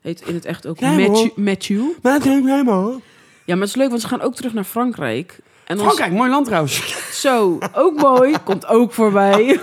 heet in het echt ook
Clermont.
Matthew, Matthew.
Maar het helemaal.
Ja, maar het is leuk, want ze gaan ook terug naar Frankrijk. En dan
Frankrijk, mooi land trouwens.
Zo, ook mooi. Komt ook voorbij.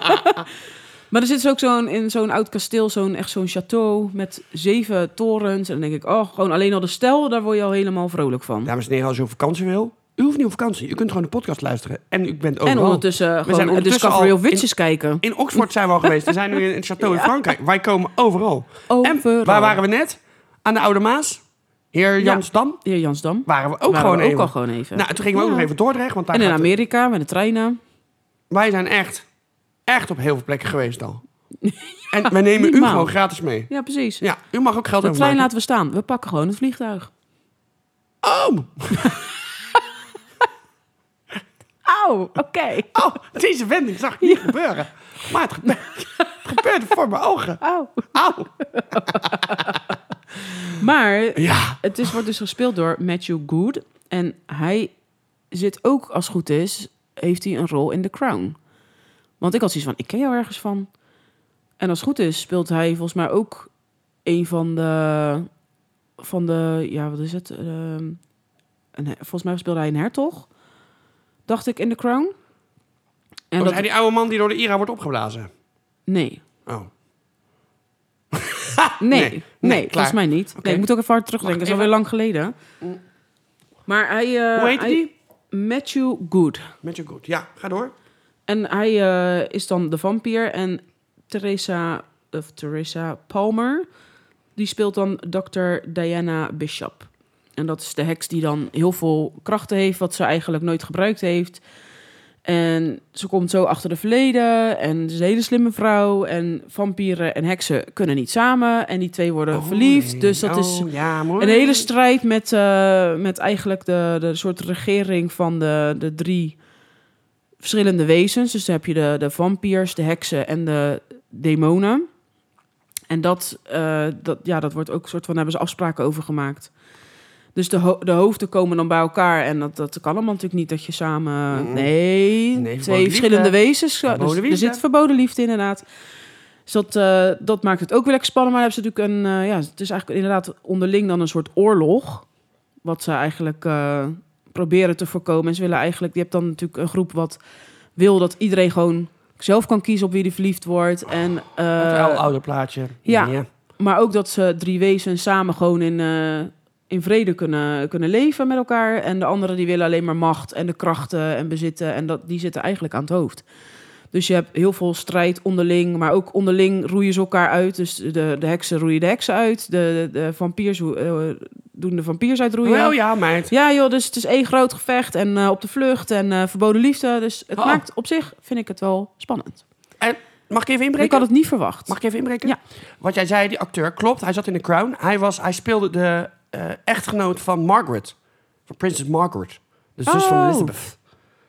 maar er zit dus ook zo'n, in zo'n oud kasteel, zo'n, echt zo'n château met zeven torens. En dan denk ik, oh, gewoon alleen al de stijl, daar word je al helemaal vrolijk van.
Dames en heren, als u op vakantie wil, u hoeft niet op vakantie. U kunt gewoon de podcast luisteren. En u bent overal.
en ondertussen gewoon
Oh,
eh,
zijn ondertussen
Discovery
al
of Witches kijken.
In Oxford zijn we al geweest. We zijn nu in het château in Frankrijk. Wij komen overal.
Overal.
En waar waren we net? Aan de Oude Maas. Heer Jansdam.
Heer Jansdam.
Waren we ook
Waren
gewoon
we ook
even.
al gewoon even.
Nou, toen gingen we ook
Ja.
nog even Dordrecht. Want daar
en in
gaat-
Amerika met de treinen.
wij zijn echt, echt op heel veel plekken geweest al. en wij nemen u
normaal.
gewoon gratis mee.
Ja, precies.
Ja, u mag ook geld
de trein
overmaken.
laten we staan. We pakken gewoon het vliegtuig.
Oh,
Auw, oké.
oh, deze wending zag ik niet gebeuren. Maar het gebeurde, het gebeurde voor mijn ogen.
Auw.
Au.
Maar
Ja.
Het is, wordt dus gespeeld door Matthew Good. En hij zit ook, als het goed is, heeft hij een rol in The Crown. Want ik had zoiets van, ik ken jou ergens van. En als het goed is, speelt hij volgens mij ook een van de... Van de ja, wat is het? Ehm, een, he- volgens mij speelde hij een hertog. Dacht ik, in The Crown. En dat,
En was Oh, dus hij die oude man die door de Ira wordt opgeblazen?
Nee.
Oh.
Nee,
Nee,
nee,
nee, klaar.
volgens mij niet.
Oké.
Nee, ik moet ook even hard terugdenken. Dat is
Wacht,
alweer lang geleden. Maar hij... eh,
Hoe heet
hij-
die?
Matthew Good.
Met je goed. Ja, ga door.
En hij eh, is dan de vampier. En Teresa, of Teresa Palmer, die speelt dan Dr. Diana Bishop. En dat is de heks die dan heel veel krachten heeft, wat ze eigenlijk nooit gebruikt heeft. En ze komt zo achter de verleden. En ze is een hele slimme vrouw. En vampieren en heksen kunnen niet samen. En die twee worden verliefd.
Oh,
Dus dat is
oh, ja, mooi.
een hele strijd met, eh, met eigenlijk de, de soort regering van de, de drie verschillende wezens. Dus dan heb je de, de vampiers, de heksen en de demonen. En dat, eh, dat, ja, dat wordt ook een soort van, daar hebben ze afspraken over gemaakt. Dus de, ho- de hoofden komen dan bij elkaar. En dat, dat kan allemaal natuurlijk niet dat je samen.
Mm.
Nee,
Nee, verboden
twee verschillende
liefde.
wezens. Ja,
Verboden
dus, er
liefde.
zit verboden liefde inderdaad. Dus dat, eh, dat maakt het ook weer lekker spannend. Maar dan hebben ze natuurlijk een. eh, ja, het is eigenlijk inderdaad onderling dan een soort oorlog. Wat ze eigenlijk eh, proberen te voorkomen. En ze willen eigenlijk. Je hebt dan natuurlijk een groep wat wil dat iedereen gewoon zelf kan kiezen op wie die verliefd wordt. En, eh,
Het oude, oude plaatje.
ja. maar ook dat ze drie wezens samen gewoon in, eh, in vrede kunnen, kunnen leven met elkaar. En de anderen die willen alleen maar macht en de krachten en bezitten. En dat, die zitten eigenlijk aan het hoofd. Dus je hebt heel veel strijd onderling. Maar ook onderling roeien ze elkaar uit. Dus de, de heksen roeien de heksen uit. De, de, de vampiers hoe- eh, doen de vampiers uitroeien.
Wel Oh, ja, meid.
Ja joh, dus het is één groot gevecht. En eh, op de vlucht en eh, verboden liefde. Dus het
Oh.
maakt op zich, vind ik het wel spannend.
En, mag ik even inbreken?
Ik had het niet verwacht.
Mag ik even inbreken?
Ja.
Wat jij zei, die acteur, klopt. Hij zat in The Crown. Hij, was, hij speelde de eh, echtgenoot van Margaret. Van Prinses Margaret. De zus van
Oh.
Elizabeth.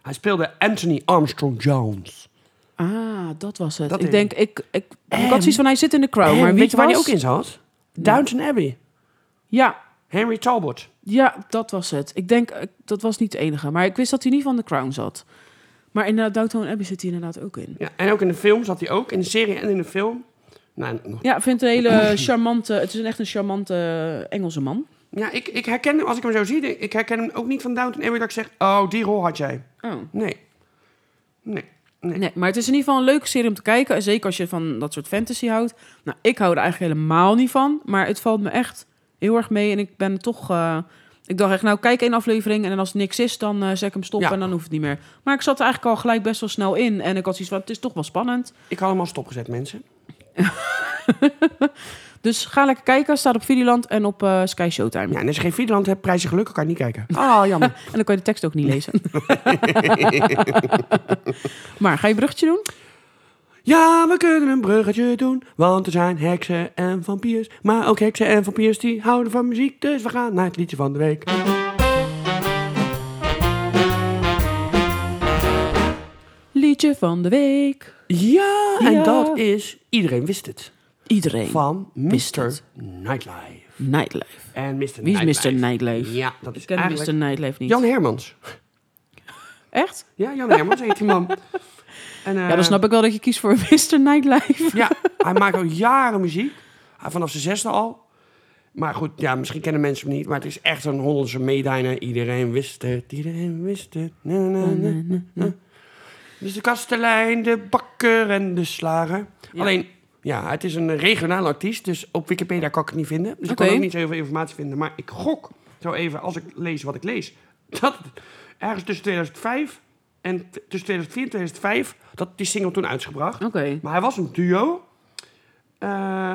Hij speelde Anthony Armstrong Jones.
Ah, dat was het.
Dat is
ik denk, ik, ik, ik
En-
had zoiets van, hij zit in de crown.
En
maar wie
weet je waar
het
hij ook
was?
in zat? Downton Abbey.
Ja,
Henry Talbot.
ja, dat was het. Ik denk, ik- dat was niet de enige. Maar ik wist dat hij niet van de crown zat. Maar inderdaad, Downton Abbey zit hij inderdaad ook in.
Ja, en ook in de film zat hij ook. In de serie en in de film. Nou, nog
Ja, ik vind het een hele charmante... Het is een echt een charmante Engelse man.
Ja, ik, ik herken hem, als ik hem zo zie, denk- ik herken hem ook niet van Downton Abbey dat ik zeg, oh, die rol had jij.
Oh.
Nee. Nee. nee.
Nee, maar het is in ieder geval een leuke serie om te kijken. En Zeker als je van dat soort fantasy houdt. Nou, ik hou er eigenlijk helemaal niet van. Maar het valt me echt heel erg mee. En ik ben toch... eh, ik dacht echt, nou, kijk één aflevering. En dan als het niks is, dan eh zet ik hem stoppen.
Ja.
En dan hoeft het niet meer. Maar ik zat er eigenlijk al gelijk best wel snel in. En ik had zoiets van, het is toch wel spannend.
Ik had hem al stopgezet, mensen.
Dus ga lekker kijken. Staat op Videoland en op eh, Sky Showtime.
Ja, en als je geen Videoland hebt, prijs je geluk elkaar niet kijken. Ah, jammer.
En dan kan je de tekst ook niet lezen. maar ga je bruggetje doen?
ja, we kunnen een bruggetje doen, want er zijn heksen en vampiers. Maar ook heksen en vampiers die houden van muziek, dus we gaan naar het liedje van de week.
Liedje van de week.
Ja, en
Ja.
dat is Iedereen Wist Het
Iedereen.
van
Wist
Mr.
Het.
Nightlife.
Nightlife.
En Mr.
Wie is
Nightlife.
Mr. Nightlife?
Ja, dat is
Ik ken
eigenlijk
Mr. Nightlife niet.
Jan Hermans.
Echt?
Ja, Jan Hermans heet die man. En, eh,
Ja, dan snap ik wel dat je kiest voor Mr. Nightlife.
Ja, hij maakt al jaren muziek. Hij- Vanaf zijn zesde al. Maar goed, ja, misschien kennen mensen hem niet. Maar het is echt een Hollandse meedijner. Iedereen wist het, iedereen wist het. Na, na, na, na, na. Dus de kastelein, de bakker en de slager. Alleen, ja, het is een regionaal artiest. Dus op Wikipedia kan ik het niet vinden. Dus ik
Oké.
kon ook niet zo heel veel informatie vinden. Maar ik gok zo even, als ik lees wat ik lees... dat het ergens tussen 2005 en t- tussen 2004 en 2005... dat die single toen uitgebracht.
Oké.
Maar hij was een duo. eh,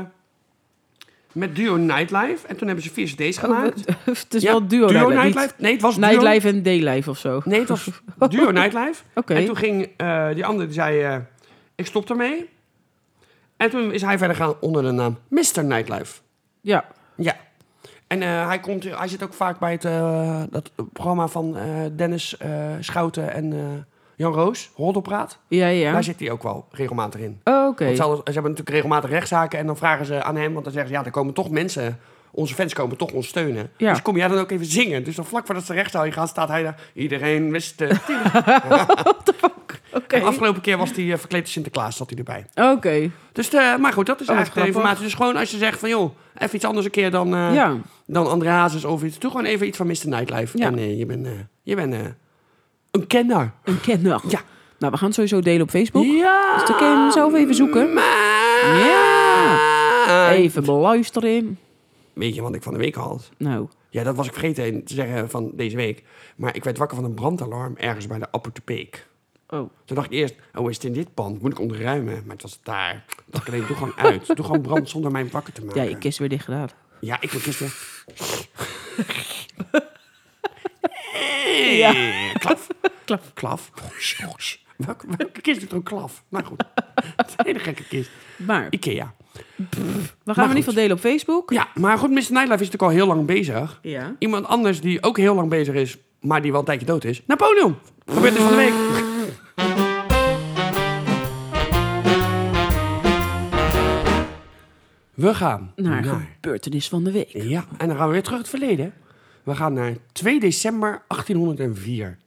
met duo Nightlife. En toen hebben ze vier cd's gemaakt.
Oh, het is
Ja,
wel duo,
duo
Nightlife.
Nightlife? Nee, het was
Niet
duo-
Nightlife Oh. en Daylife of zo.
Nee, het was duo Nightlife.
Oké.
En toen ging eh, die andere, die zei, eh, ik stop ermee. En toen is hij verder gaan onder de naam Mr. Nightlife.
Ja.
Ja. En eh, hij, komt, hij zit ook vaak bij het, eh, dat programma van eh, Dennis eh, Schouten en eh, Jan Roos, Roddelpraat.
Ja, ja.
Daar zit hij ook wel regelmatig in.
Oh, Oké.
Want ze, hadden- ze hebben natuurlijk regelmatig rechtszaken en dan vragen ze aan hem, want dan zeggen ze, ja, er komen toch mensen, onze fans komen toch ons steunen.
Ja.
Dus kom jij dan ook even zingen? Dus dan vlak voordat ze rechtszaal in gaan, staat hij daar, iedereen wist het.
Oké.
En afgelopen keer was hij eh, verkleed als Sinterklaas, zat hij erbij.
Oké.
Dus de, maar goed, dat
Oh,
is
wat
eigenlijk de informatie. Dus gewoon als je zegt van, joh, even iets anders een keer dan, eh,
Ja.
dan André Hazes of iets. Doe gewoon even iets van Mr. Nightlife.
Ja.
En eh, je bent, eh, je bent eh, een kenner.
Een kenner.
Ja.
Nou, we gaan het sowieso delen op Facebook.
Ja!
Dus dan kun je hem zelf even zoeken.
Maar...
Ja. Even beluisteren.
Weet je wat ik van de week had?
Nou.
Ja, dat was ik vergeten te zeggen van deze week. Maar ik werd wakker van een brandalarm ergens bij de apotheek.
Oh.
Toen dacht ik eerst, oh, is het in dit pand? Moet ik ontruimen? Maar het was daar. Toen dacht ik alleen, doe gewoon uit. Doe gewoon brand zonder mij wakker te
Ja,
maken.
ik kist weer dicht gedaan.
Ja, ik word gisteren... Eh, Klaf. Klaf. Klaf. Welke, welke kist doet er een klaf? Nou goed. Het is een hele gekke kist.
Maar we
Ikea.
gaan hem in ieder geval delen op Facebook.
Ja, maar goed, Mr. Nightlife is natuurlijk al heel lang bezig.
Ja.
Iemand anders die ook heel lang bezig is, maar die wel een tijdje dood is. Napoleon. Gebeurt dus van de week. We gaan
Naar gebeurtenis van de week.
Ja, en dan gaan we weer terug het verleden. We gaan naar 2 december 1804.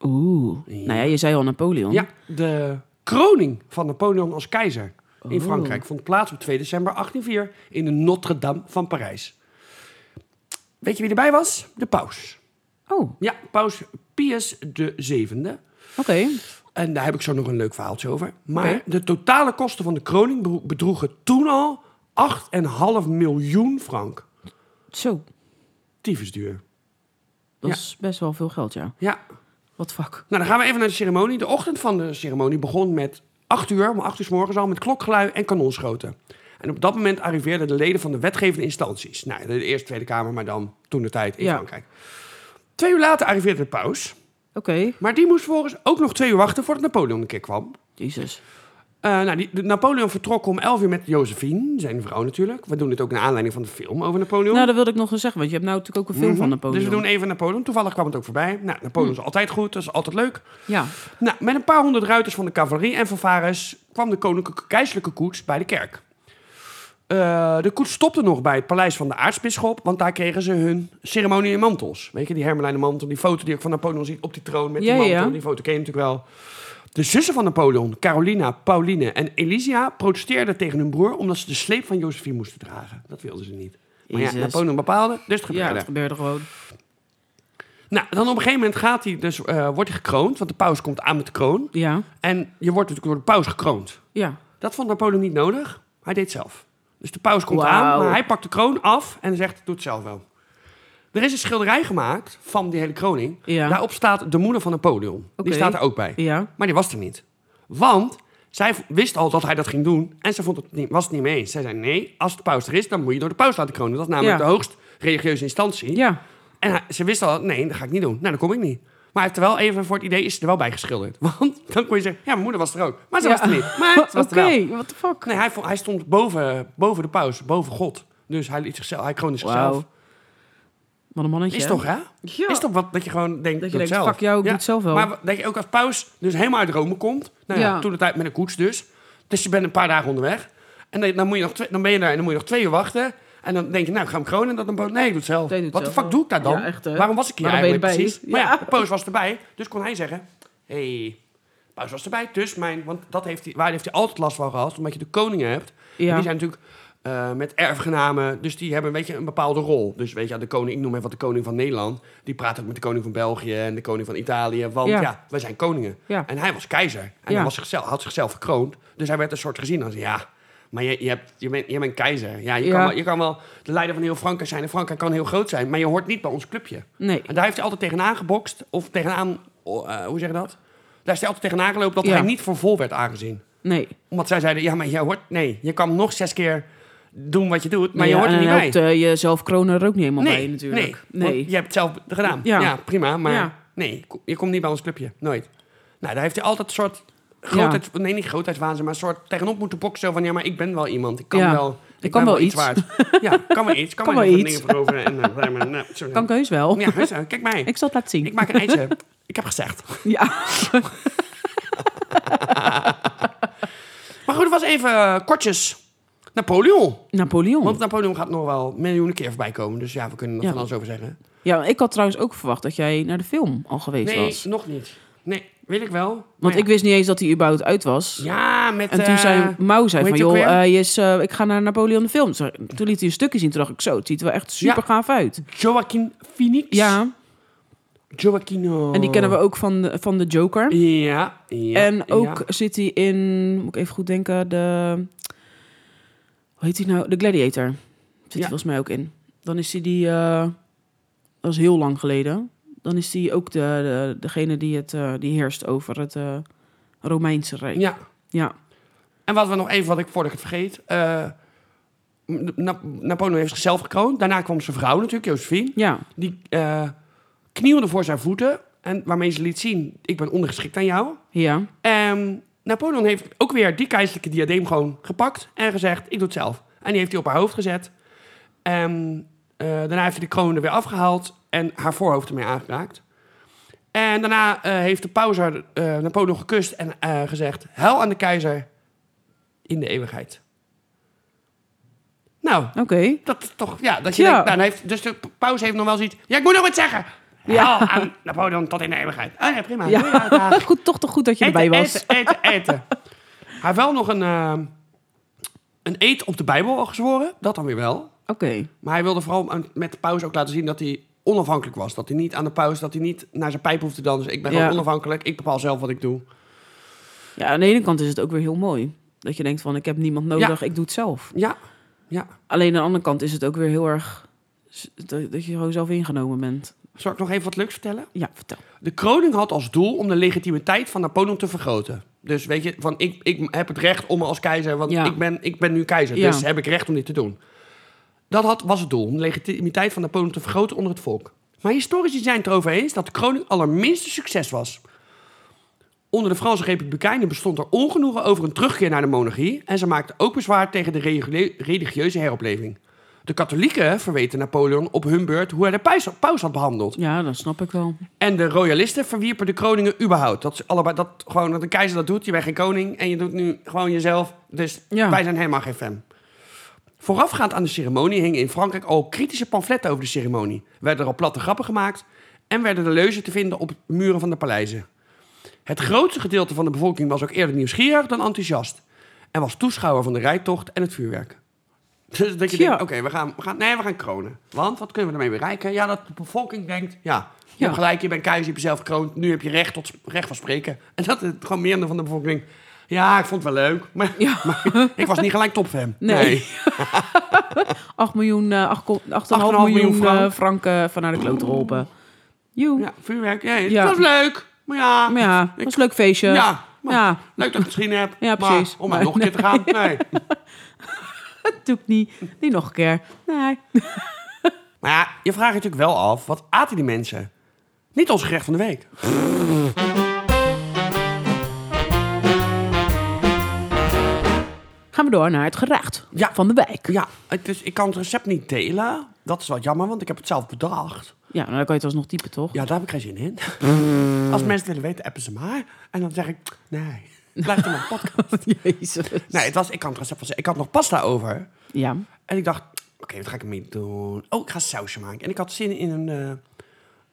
Oeh. Nou ja, je zei al Napoleon.
Ja, de kroning van Napoleon als keizer in Frankrijk vond plaats op 2 december 1804 in de Notre-Dame van Parijs. Weet je wie erbij was? De paus.
Oh, oké.
Ja, paus Pius VII. En daar heb ik zo nog een leuk verhaaltje over. Maar
Oké.
de totale kosten van de kroning bedro- bedroegen toen al 8,5 miljoen frank.
Zo.
Tyfus duur.
Dat
Ja.
is best wel veel geld, ja.
Ja.
Wat fuck.
Nou, dan gaan we even naar de ceremonie. De ochtend van de ceremonie begon met 8 uur, om 8 uur s morgens al, met klokgelui en kanonschoten. En op dat moment arriveerden de leden van de wetgevende instanties. Nou, de Eerste Tweede Kamer, maar dan toen de tijd in
Ja.
Frankrijk. Twee uur later arriveerde de paus.
Oké.
Maar die moest volgens ook nog twee uur wachten voordat Napoleon een keer kwam.
Jezus.
Eh, nou, die, de- Napoleon vertrok om 11 uur met Josephine, zijn vrouw natuurlijk. We doen dit ook naar aanleiding van de film over Napoleon.
Nou, dat wilde ik nog eens zeggen, want je hebt nou natuurlijk ook een film van Napoleon. Hm.
Dus we doen even Napoleon. Toevallig kwam het ook voorbij. Nou, Napoleon is altijd goed, dat is altijd leuk.
Ja.
Nou, met een paar honderd ruiters van de cavalerie en fanfares kwam de koninklijke keizerlijke koets bij de kerk. Eh, de koets stopte nog bij het paleis van de aartsbisschop, want daar kregen ze hun ceremonie in mantels. Weet je, die hermelijnen mantel, die foto die ik van Napoleon zie op die troon met
Ja,
die mantel,
ja.
die foto ken je natuurlijk wel. De zussen van Napoleon, Carolina, Pauline en Elysia, protesteerden tegen hun broer omdat ze de sleep van Josephine moesten dragen. Dat wilden ze niet. Maar ja,
Jezus.
Napoleon bepaalde, dus het
Ja,
gebeurde.
dat gebeurde gewoon.
nou, dan op een gegeven moment gaat hij dus, eh, wordt hij gekroond, want de paus komt aan met de kroon.
Ja.
En je wordt natuurlijk door de paus gekroond.
Ja.
Dat vond Napoleon niet nodig. Hij deed het zelf. Dus de paus komt
Wauw.
aan, maar hij pakt de kroon af en zegt, doe het zelf wel. Er is een schilderij gemaakt van die hele kroning.
Ja.
Daarop staat de moeder van Napoleon.
Oké.
Die staat er ook bij.
Ja.
Maar die was er niet. Want zij v- wist al dat hij dat ging doen en ze vond het niet, was het niet mee eens. Zij zei, nee, als de paus er is, dan moet je door de paus laten kronen. Dat is namelijk
Ja.
de hoogst religieuze instantie.
Ja.
En hij- ze wist al, nee, dat ga ik niet doen. Nou, dat kom ik niet. Maar hij heeft er wel even voor het idee, is ze er wel bij geschilderd. Want dan kon je zeggen, ja, mijn moeder was er ook. Maar ze
Ja.
was er niet. Maar ze was
Oké,
er wel.
what the fuck.
Nee, hij, vo- hij stond boven, boven de paus, boven God. Dus hij, liet zichzelf, hij kroonde zichzelf.
Wauw. Wat een mannetje.
Is
hè?
toch, hè?
Ja.
Is toch wat dat je gewoon denkt,
Dat je
doe het
denkt,
zelf.
fuck jou, ik doe het zelf wel.
Maar dat je ook als paus dus helemaal uit Rome komt. Nou ja,
Ja.
toen de tijd met een koets dus. Dus je bent een paar dagen onderweg. En dan, dan moet je nog twee, dan ben je daar en dan moet je nog twee uur wachten. En dan denk je, nou, ik ga hem kronen. En dat dan, nee, ik doe het zelf.
Nee, doe het
Wat de
zelf.
fuck doe ik daar dan?
Ja, echt, hè?
Waarom was ik hier
Waarom ben je
eigenlijk precies?
erbij?
Maar ja,
Ja.
de paus was erbij. Dus kon hij zeggen, hé, hey, paus was erbij. Dus mijn, want dat heeft hij, waar heeft hij altijd last van gehad. Omdat je de koningen hebt. En
Ja.
die zijn natuurlijk... eh, eh, met erfgenamen. Dus die hebben weet je, een bepaalde rol. Dus weet je, ja, de koning, ik noem even de koning van Nederland. Die praat ook met de koning van België en de koning van Italië. Want
Ja.
ja, wij zijn koningen.
Ja.
En hij was keizer. En
Ja.
hij was zichzelf, had zichzelf gekroond. Dus hij werd een soort gezien als, ja, maar je, je, hebt, je, bent, je bent keizer. Ja, je,
Ja.
Kan wel, je kan wel de leider van heel Frankrijk zijn. En Frankrijk kan heel groot zijn, maar je hoort niet bij ons clubje.
Nee.
En daar heeft hij altijd tegenaan gebokst. Of tegenaan, oh, eh, hoe zeg je dat? Daar is hij altijd tegenaan gelopen dat
Ja.
hij niet voor vol werd aangezien.
Nee.
Omdat zij zeiden, ja, maar je hoort... Nee, je kan nog zes keer doen wat je doet, maar
Nee,
je
ja,
hoort er
en
niet
dan
bij.
helpt, eh, jezelf kronen er ook niet helemaal bij natuurlijk.
Nee, want je hebt het zelf gedaan.
Ja.
Ja, prima, maar
Ja.
nee, ko- je komt niet bij ons clubje. Nooit. Nou, daar heeft hij altijd een soort grootheids... Nee, niet grootheidswaanzin, maar een soort tegenop moeten boksen. Van ja, maar ik ben wel iemand. Ik kan
Ja.
wel...
Ik
ben
kan wel
waard. ja, kan wel iets. Kan,
Kan
wel
wel
iets.
iets.
Dingen veroveren en, eh, blij maar, nou, zo-
Kan ik heus wel.
Ja, heus, eh, kijk mij.
Ik
Ik,
zal het laten zien.
maak een eitje. ik heb gezegd.
Ja.
Maar goed, het was even eh, kortjes. Napoleon.
Napoleon.
Want Napoleon gaat nog wel miljoenen keer voorbij komen. Dus ja, we kunnen er
Ja.
van alles over zeggen.
Ja, ik had trouwens ook verwacht dat jij naar de film al geweest
Nee,
was.
nog niet. Nee, wil ik wel.
Want ik wist niet eens dat hij überhaupt uit was.
Ja, met...
En toen
eh,
zei Mau zei
hoe
van, joh,
heet die ook
eh, je is, eh, ik ga naar Napoleon de film. Toen toen liet hij een stukje zien, toen dacht ik, zo, het ziet er wel echt super gaaf uit.
Joaquin Phoenix.
Ja,
Joaquino.
en die kennen we ook van de, van de Joker.
Ja. ja
en ook
ja.
zit hij in, moet ik even goed denken, de... Hoe heet hij nou? De Gladiator. Zit hij
Ja.
volgens mij ook in. Dan is hij die... eh, dat is heel lang geleden. Dan is hij ook de, de- degene die, het, eh, die heerst over het eh, Romeinse Rijk.
Ja.
Ja.
En wat we nog even, wat ik voordat ik het vergeet. eh, Na- Napoleon heeft zichzelf gekroond. Daarna kwam zijn vrouw natuurlijk, Josephine.
Ja.
Die eh, knielde voor zijn voeten. En waarmee ze liet zien, ik ben ondergeschikt aan jou.
Ja.
En Ehm, Napoleon heeft ook weer die keizerlijke diadeem gewoon gepakt en gezegd, ik doe het zelf. En die heeft hij op haar hoofd gezet. En eh, daarna heeft hij de kroon er weer afgehaald en haar voorhoofd ermee aangeraakt. En daarna eh, heeft de paus haar, eh, Napoleon gekust en eh, gezegd, hel aan de keizer in de eeuwigheid. Nou,
Oké.
dat is toch, ja, dat je
Ja.
denkt, nou, dan heeft, dus de paus heeft nog wel zoiets, ja, ik moet nog wat zeggen.
Ja.
Ja, aan Napoleon tot in de eeuwigheid. Oh ja, prima.
Ja.
Ja, ja, dag.
Goed, toch, toch goed dat je erbij was.
Eten, eten, eten. Hij heeft wel nog een, eh, een eet op de Bijbel al gezworen. Dat dan weer wel.
Oké.
Maar hij wilde vooral aan- met de paus ook laten zien dat hij onafhankelijk was. Dat hij niet aan de paus, dat hij niet naar zijn pijp hoeft te dansen. Ik ben
Ja.
gewoon onafhankelijk. Ik bepaal zelf wat ik doe.
Ja, aan de ene kant is het ook weer heel mooi. Dat je denkt van, ik heb niemand nodig, ik doe het zelf.
Ja, ja.
Alleen aan de andere kant is het ook weer heel erg... s- Dat dat je gewoon zelf ingenomen bent.
Zal ik nog even wat leuks vertellen?
Ja, vertel.
De kroning had als doel om de legitimiteit van Napoleon te vergroten. Dus weet je, van ik, ik heb het recht om als keizer, want
Ja.
ik, ben, ik ben nu keizer,
Ja.
dus heb ik recht om dit te doen. Dat had, was het doel, om de legitimiteit van Napoleon te vergroten onder het volk. Maar historici zijn het erover eens dat de kroning allerminste succes was. Onder de Franse Republikeinen bestond er ongenoegen over een terugkeer naar de monarchie en ze maakten ook bezwaar tegen de regule- religieuze heropleving. De katholieken verweten Napoleon op hun beurt hoe hij de paus, paus had behandeld.
Ja, dat snap ik wel.
En de royalisten verwierpen de koningen überhaupt. Dat, ze allebei, dat, gewoon, dat de keizer dat doet, je bent geen koning en je doet nu gewoon jezelf. Dus
Ja.
wij zijn helemaal geen fan. Voorafgaand aan de ceremonie hingen in Frankrijk al kritische pamfletten over de ceremonie. Werden er al platte grappen gemaakt en werden de leuzen te vinden op muren van de paleizen. Het grootste gedeelte van de bevolking was ook eerder nieuwsgierig dan enthousiast. En was toeschouwer van de rijtocht en het vuurwerk. Dus dat je
Tja.
denkt, oké, we, gaan, we, gaan, nee, we gaan kronen. Want wat kunnen we ermee bereiken? Ja, dat de bevolking denkt, ja, je
Ja.
hebt gelijk, je bent keizer, je hebt jezelf gekroond. Nu heb je recht, tot, recht van spreken. En dat het gewoon meerder van de bevolking denkt, ja, ik vond het wel leuk. Maar,
Ja.
maar ik was niet gelijk topfan.
Nee. 8 miljoen, eh, acht ko- 8,5
8,5
miljoen,
miljoen frank.
eh, franken van naar de klote geholpen. Joe.
Ja, vuurwerk, ja, het
Ja.
was leuk. Maar ja,
Maar ja, dat was een leuk feestje.
ja, maar
Ja,
leuk dat ik het gezien heb.
Ja,
maar
precies.
om
Maar
maar nog een keer te gaan, nee.
dat doe ik niet. Niet nog een keer. Nee.
Maar ja, je vraagt je natuurlijk wel af, wat aten die mensen? Niet ons gerecht van de week.
Gaan we door naar het gerecht
Ja.
van de wijk.
Ja, het is, ik kan het recept niet delen. Dat is wat jammer, want ik heb het zelf bedacht.
Ja, nou, dan kan je het alsnog typen, toch?
Ja, daar heb ik geen zin in. Als mensen het willen weten, appen ze maar. En dan zeg ik, nee, blijf dan mijn podcast.
Jezus.
Nee, het was, ik kan het recept wel zeggen. Ik had nog pasta over.
Ja.
En ik dacht, oké, wat ga ik ermee doen? Oh, ik ga sausje maken. En ik had zin in een, eh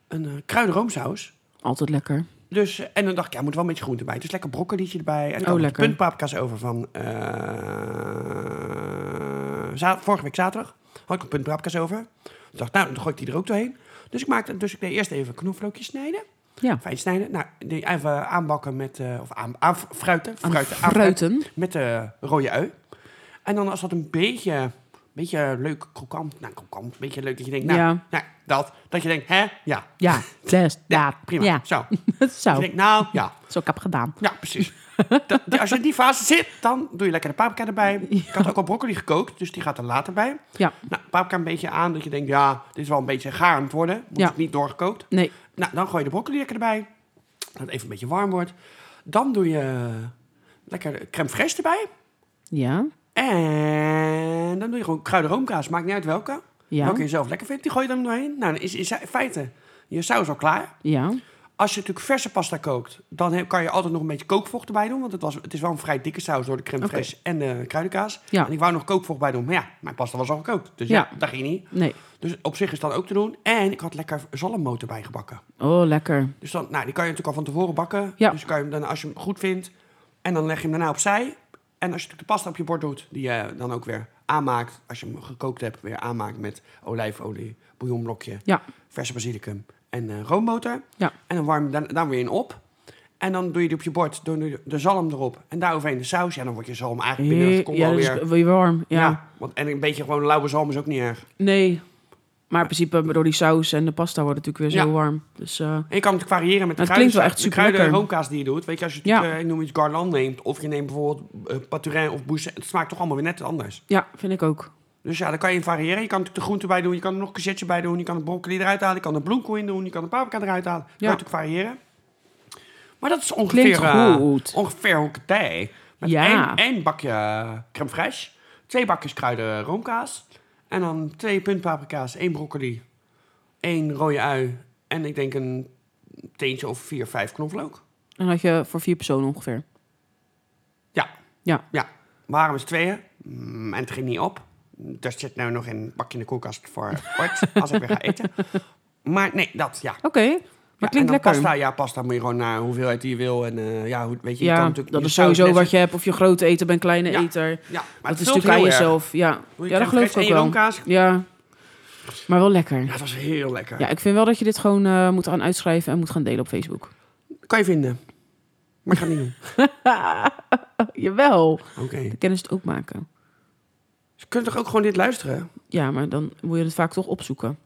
een eh, kruidenroomsaus.
Altijd lekker.
Dus, eh, en dan dacht ik, ja, er moet wel een beetje groente bij. Dus lekker broccolietje erbij. En
Oh,
dan
lekker.
puntpaprika's over van... eh za- vorige week zaterdag had ik een punt brabkas over. Ik dacht, nou, dan gooi ik die er ook doorheen. Dus ik, maakte, dus ik deed eerst even knoflookjes snijden.
Ja.
Fijn snijden. Nou, die even aanbakken met... eh, of aan, aan, fruiten. Fruiten. aanfruiten
Fruiten.
Met de rode ui. En dan als dat een beetje... Beetje leuk krokant. Nou, krokant. Beetje leuk dat je denkt, nou,
Ja.
nou, dat. Dat je denkt, hè, ja.
Ja, test.
Ja,
Ja,
prima.
Ja.
Zo.
Zo,
Ik denk, nou, ja.
zo ik heb gedaan.
Ja, Nou, precies. Dat- die- als je in die fase zit, dan doe je lekker de paprika erbij. Ik had ook al broccoli gekookt, dus die gaat er later bij.
Ja,
Nou, paprika een beetje aan, dat je denkt, ja, dit is wel een beetje gaar aan het worden. Moet
Ja.
het niet doorgekookt.
nee.
Nou, dan gooi je de broccoli lekker erbij. Dat het even een beetje warm wordt. Dan doe je lekker crème fraîche erbij.
Ja,
En dan doe je gewoon kruidenroomkaas. Maakt niet uit welke.
Ja.
Welke je zelf lekker vindt, die gooi je dan doorheen. Nou, dan is in feite je saus al klaar.
ja.
Als je natuurlijk verse pasta kookt, dan he- kan je altijd nog een beetje kookvocht erbij doen. Want het, was, het is wel een vrij dikke saus door de crème
Oké.
fraîche en de kruidenkaas.
Ja.
En ik wou nog kookvocht bij doen, maar ja, mijn pasta was al gekookt. Dus ja,
Ja.
dat ging niet.
Nee.
Dus op zich is dat ook te doen. En ik had lekker zalmmoot erbij gebakken.
Oh, lekker.
Dus dan, nou, die kan je natuurlijk al van tevoren bakken.
Ja.
Dus kan je hem dan, als je hem goed vindt, en dan leg je hem daarna opzij. En als je natuurlijk de pasta op je bord doet, die je dan ook weer aanmaakt. Als je hem gekookt hebt, weer aanmaakt met olijfolie, bouillonblokje
Ja,
verse basilicum en eh, roomboter.
Ja.
En dan warm je daar, daar weer in op. En dan doe je die op je bord, doe je de zalm erop. En daar overheen de saus. Ja, dan wordt je zalm eigenlijk binnen een seconde
ja, dus dat is
alweer...
weer warm. Ja.
want, en een beetje gewoon lauwe zalm is ook niet erg.
nee. Maar in principe door die saus en de pasta wordt het natuurlijk weer zo
Ja.
warm. Dus eh,
En je kan het variëren met de
Het klinkt
kruiden.
wel echt
de
super
kruiden
lekker.
roomkaas die je doet. Weet je, als je
Ja.
natuurlijk, eh, ik noem iets garland neemt... of je neemt bijvoorbeeld eh, paturin of bousset... het smaakt toch allemaal weer net anders.
ja, vind ik ook.
Dus ja, daar kan je in variëren. Je kan natuurlijk de groenten bij doen. Je kan er nog een courgette bij doen. Je kan de broccoli eruit halen. Je kan de bloemkool in doen. Je kan de paprika eruit halen. Je
Ja.
kan natuurlijk variëren. Maar dat is
Klinkt
ongeveer, eh,
goed.
ongeveer hoe ik het deed. Met
Ja.
één, één bakje crème fraîche. Twee bakjes kruiden roomkaas. En dan twee puntpaprika's. één broccoli. één rode ui. En ik denk een teentje of vier, vijf knoflook.
Dan had je voor vier personen ongeveer.
Ja.
Ja.
Ja. Waarom is tweeën? Mm, en het ging niet op. Er zit nu nog een bakje in de koelkast voor ooit, als ik weer ga eten. Maar nee, dat, ja.
Oké, maar
ja, en
klinkt
dan
lekker.
Pasta, ja, pasta moet je gewoon naar hoeveelheid die je wil. En eh, ja, hoe, weet je, je kan
ja,
natuurlijk...
dat
je
is
saus
sowieso
net
wat
zo-
je hebt. Of je grote eter bent, kleine
Ja.
eter.
Ja, maar
dat
het
is
vult
natuurlijk aan
heel erg.
jezelf. Ja,
Doe je
ja dat
crème
geloof ik
fraîche
ook
en je
wel.
roomkaas?
Ja, maar wel lekker.
Ja, dat was heel lekker.
Ja, ik vind wel dat je dit gewoon eh, moet gaan uitschrijven en moet gaan delen op Facebook.
Kan je vinden. Maar ik ga het niet doen.
Jawel.
Oké.
Dan kunnen ze het ook maken.
Ze kunnen toch ook gewoon dit luisteren?
Ja, maar dan moet je het vaak toch opzoeken.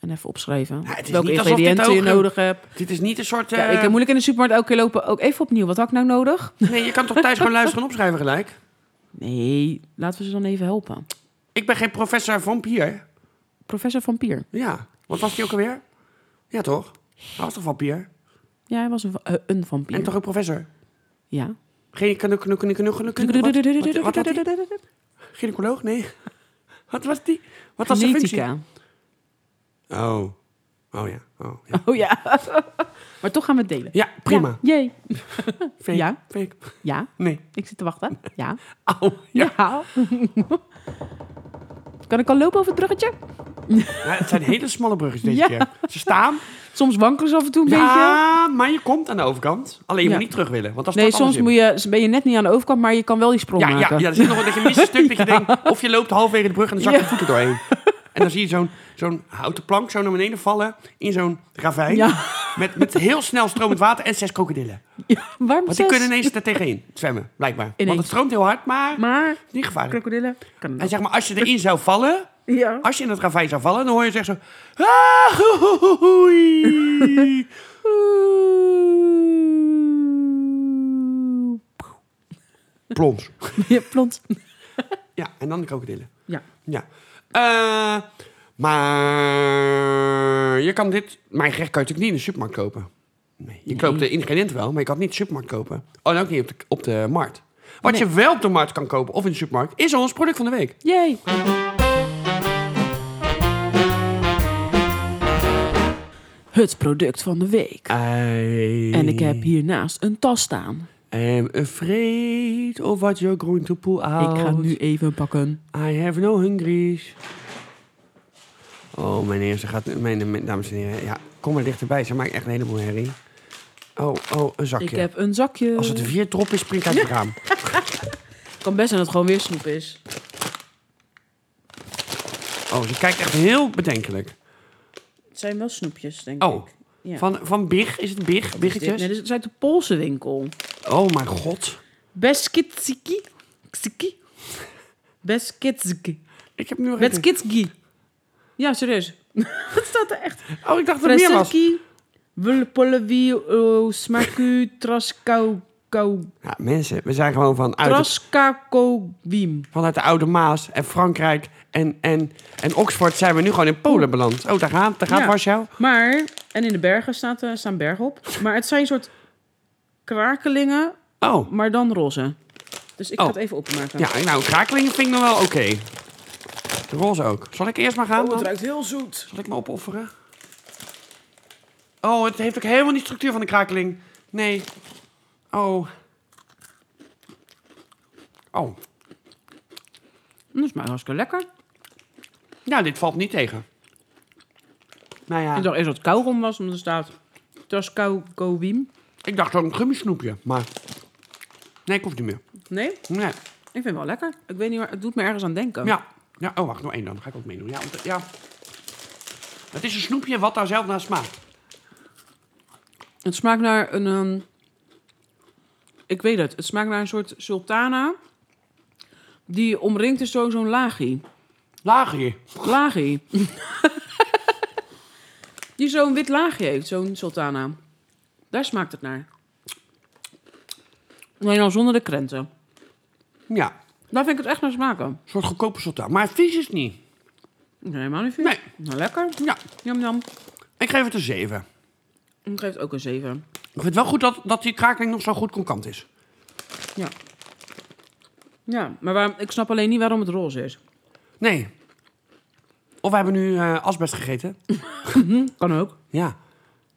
En even opschrijven.
Ja, het is
Welke
niet alsof dit
ingrediënten je
ook-
nodig hebt.
Dit is niet een soort...
Ja,
eh,
ik heb moeilijk in de supermarkt elke keer lopen. Ook even opnieuw. Wat had ik nou nodig?
Nee, je kan toch thuis gewoon luisteren en opschrijven gelijk?
Nee, laten we ze dan even helpen.
Ik ben geen professor vampier.
Professor Van Pier.
Ja. Wat was die ook alweer? Ja, toch? Hij was toch vampier?
Ja, hij was een, va- eh, een vampier.
En toch ook professor?
Ja.
Geen knu- knu- knu- knu- knu- knu- wat- wat- wat had hij? Gynaecoloog? Nee. Wat was die? Wat was zijn functie?
Genetica.
Oh. Oh ja. Oh, ja.
Oh ja. Maar toch gaan we het delen.
ja, prima.
Ja. Jee.
Fake.
Ja.
Fake.
Ja,
Nee.
ik zit te wachten. Ja.
Oh, ja.
Ja. kan ik al lopen over het bruggetje?
Ja, Het zijn hele smalle brugjes deze
Ja.
keer. Ze staan.
Soms wankelen ze af en toe een beetje.
Ja, maar je komt aan de overkant. Alleen je
Ja.
moet niet terug willen. Want dat
Nee, soms moet je, ben je net niet aan de overkant, maar je kan wel die sprong
Ja, ja,
maken.
ja, er zit nog wel dat je mist een stuk dat je denkt... Of je loopt halverwege de brug en dan zak je
Ja.
voeten doorheen. En dan zie je zo'n zo'n houten plank zo naar beneden vallen in zo'n ravijn.
Ja.
Met, met heel snel stromend water en zes krokodillen.
Waarom
Want die
zes?
kunnen ineens er tegenin zwemmen, blijkbaar. Want
Ineens.
het stroomt heel hard, maar,
Maar,
niet gevaarlijk.
krokodillen, kan
En
dat.
zeg maar, als je erin zou vallen...
Ja.
Als je in het ravijn zou vallen, dan hoor je zeggen zo... Ah, hoei. Plons.
Ja, plons.
Ja, en dan de krokodillen.
Ja.
Ja. Eh, maar je kan dit... Mijn gerecht kan je natuurlijk niet in de supermarkt kopen. Nee, je koopt de ingrediënten wel, maar je kan het niet in de supermarkt kopen. Oh, en ook niet op de, op de markt. Wat je wel op de markt kan kopen of in de supermarkt... is ons product van de week.
Jee. Het product van de week. En ik heb hiernaast een tas staan.
I'm afraid of what you're going to pull out.
Ik ga nu even pakken.
I have no hungries. Oh, mijn eerste gaat... Mijn, mijn- dames en heren, ja, kom maar dichterbij. Ze maakt echt een heleboel herrie. Oh, oh, een zakje.
Ik heb een zakje.
Als het een vierdrop is, springt uit het raam.
kan best zijn dat het gewoon weer snoep is.
Oh, ze kijkt echt heel bedenkelijk.
Het zijn wel snoepjes, denk ik.
Oh,
Ja.
van, van Big? Is het
Wat is
Big?
dit? Nee,
Biggetjes?
dit is uit de Poolse winkel.
Oh mijn god.
Beskitsiki. Ksiki. Beskitski.
Ik heb nu nog even-
Beskitski. Ja, serieus. Het staat er echt.
Oh, ik dacht dat er meer was.
Fresenki. Wulpollewi. eh, Smaku. Traskau. Kau.
Ja, mensen, we zijn gewoon vanuit, het-
Traskako. Wiem.
vanuit de Oude Maas en Frankrijk en, en, en Oxford zijn we nu gewoon in Polen beland. Oh, daar gaat, daar gaat
Ja.
Warschau.
Maar, en in de bergen staat, eh, staan bergen op. Maar het zijn soort krakelingen,
Oh,
maar dan roze. Dus ik
Oh.
ga het even opmaken.
ja, nou, krakelingen vind ik nog wel oké. De roze ook. Zal ik eerst maar
Oh,
gaan?
het
dan?
ruikt heel zoet.
Zal ik me opofferen? Oh, het heeft ook helemaal niet de structuur van de krakeling. Nee. Oh. Oh.
Dat is maar hartstikke lekker.
Ja, dit valt niet tegen. Nou ja,
Ik dacht eerst dat het kauwgom was, omdat er staat... Traskau Kowiem.
ik dacht ook een gummisnoepje, maar... Nee, ik hoef niet meer.
Nee, ik
Nee.
vind het wel lekker. Ik weet niet waar, het doet me ergens aan denken.
Ja. ja. Oh, wacht, nog één dan. Dan ga ik ook meedoen. Ja, want- ja. Het is een snoepje wat daar zelf naar smaakt.
Het smaakt naar een... ehm, ik weet het, het smaakt naar een soort sultana... die omringd is door zo'n laagie.
Laagje.
Laagje. Die zo'n wit laagje heeft, zo'n sultana. Daar smaakt het naar. Alleen al zonder de krenten.
Ja.
Daar vind ik het echt naar smaken.
Een soort goedkope sultan. Maar vies is het niet.
Nee, helemaal niet vies.
Nee.
Nou, lekker.
Ja.
Jam, jam.
Ik geef het een 7.
Ik geef het ook een 7.
Ik vind het wel goed dat, dat die krakeling nog zo goed konkant is.
Ja. Ja, maar waar, ik snap alleen niet waarom het roze is.
Nee. Of we hebben nu eh, asbest gegeten.
Kan ook.
Ja.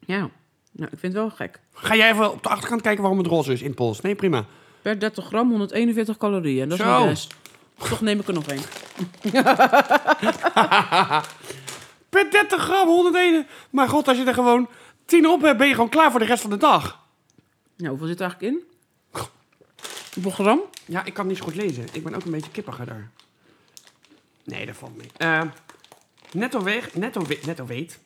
Ja. Nou, ik vind het wel gek.
Ga jij even op de achterkant kijken waarom het roze is in het Pools? Nee, prima.
Per 30 gram 141 calorieën. Dat is
Zo.
mijn best. Toch neem ik er nog één.
Per 30 gram, 101. Maar god, als je er gewoon 10 op hebt, ben je gewoon klaar voor de rest van de dag.
Nou, hoeveel zit er eigenlijk in? Hoeveel gram?
Ja, ik kan niet zo goed lezen. Ik ben ook een beetje kippiger daar. Nee, dat valt mee. Eh, netto weeg, netto, we, netto weet.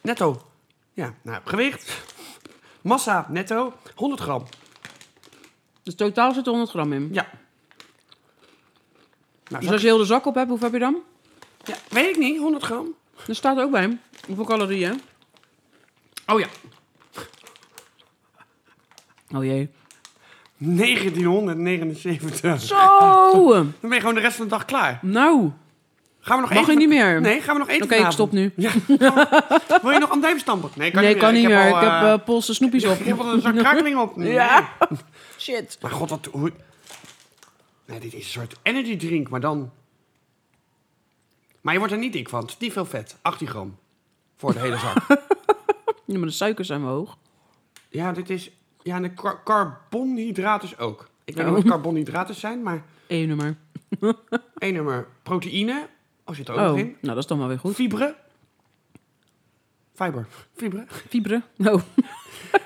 Netto. Ja, nou, gewicht. Massa, netto. 100 gram.
Dus totaal zit er 100 gram in.
Ja. Nou,
Dus
zal
als
ik-
je heel de zak op hebt, hoeveel heb je dan?
ja, weet ik niet, 100 gram.
Er staat ook bij. Hoeveel calorieën?
Oh ja,
Oh jee.
1979.
Zo!
Dan ben je gewoon de rest van de dag klaar.
nou,
Gaan we nog
Mag
eten?
ik niet meer?
Nee, gaan we nog eten
Oké, ik
vanavond?
stop nu.
Ja. Wil je nog andijm stampen? Nee, kan
nee,
niet
kan niet
meer.
meer.
Al,
ik heb
eh,
eh Poolse snoepjes op.
ik heb al een zak krakeling op. Nee.
Ja. Shit.
Maar god, wat... Hoe... Nee, dit is een soort energy drink, maar dan... Maar je wordt er niet dik van. Het is niet veel vet. 18 gram. Voor de hele zak.
Ja, maar de suikers zijn wel hoog.
ja, dit is... Ja, en de kar- carbonhydraten is ook. Ik
Oh.
weet niet wat carbonhydraten zijn, maar...
Eén nummer.
één nummer proteïne. Oh, zit er ook
Oh,
nog
nou
in.
dat is dan wel weer goed.
Fibre. Fiber. Fibre.
Fibre. Nou,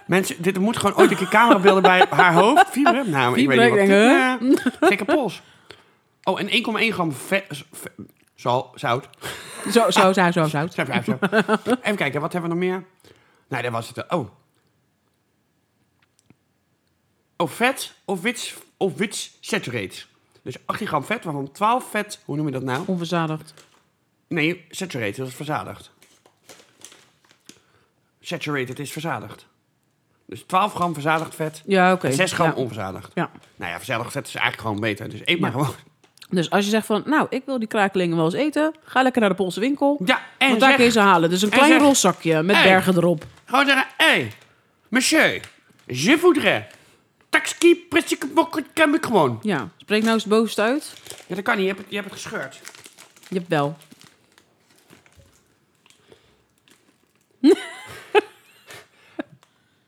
Mensen, dit er moet gewoon ooit een keer camerabeelden bij haar hoofd. Fibre? Nou,
Fibre,
ik weet
ik
niet wat.
denk,
Ja, Gekke pols. Oh, en 1,1 gram vet, vet- zal, zout.
zo, zo, zo, zo, zo.
Zo, zo, zo. Even kijken, wat hebben we nog meer? Nee, dat was het. eh, Oh. Oh, vet of wits, of wits saturates. Dus 18 gram vet, waarvan 12 vet, hoe noem je dat nou?
Onverzadigd.
Nee, saturated, dat is verzadigd. Saturated is verzadigd. Dus 12 gram verzadigd vet,
Ja, oké.
6 gram
Ja.
onverzadigd.
Ja.
Nou ja, verzadigd vet is eigenlijk gewoon beter. Dus eet maar
Ja.
gewoon.
Dus als je zegt van, nou, ik wil die krakelingen wel eens eten, ga lekker naar de Poolse winkel.
Ja, en
want daar
zeg-
kun je ze halen. Dus een
en
klein
zeg-
rolzakje met
Hey.
bergen erop.
Gewoon zeggen, hé, hey, monsieur, je voudrais. Taxi, pressik, bokken, ken ik gewoon.
Ja, spreek nou eens het bovenste uit.
Ja, dat kan niet, je hebt het, je hebt het gescheurd.
Je hebt wel.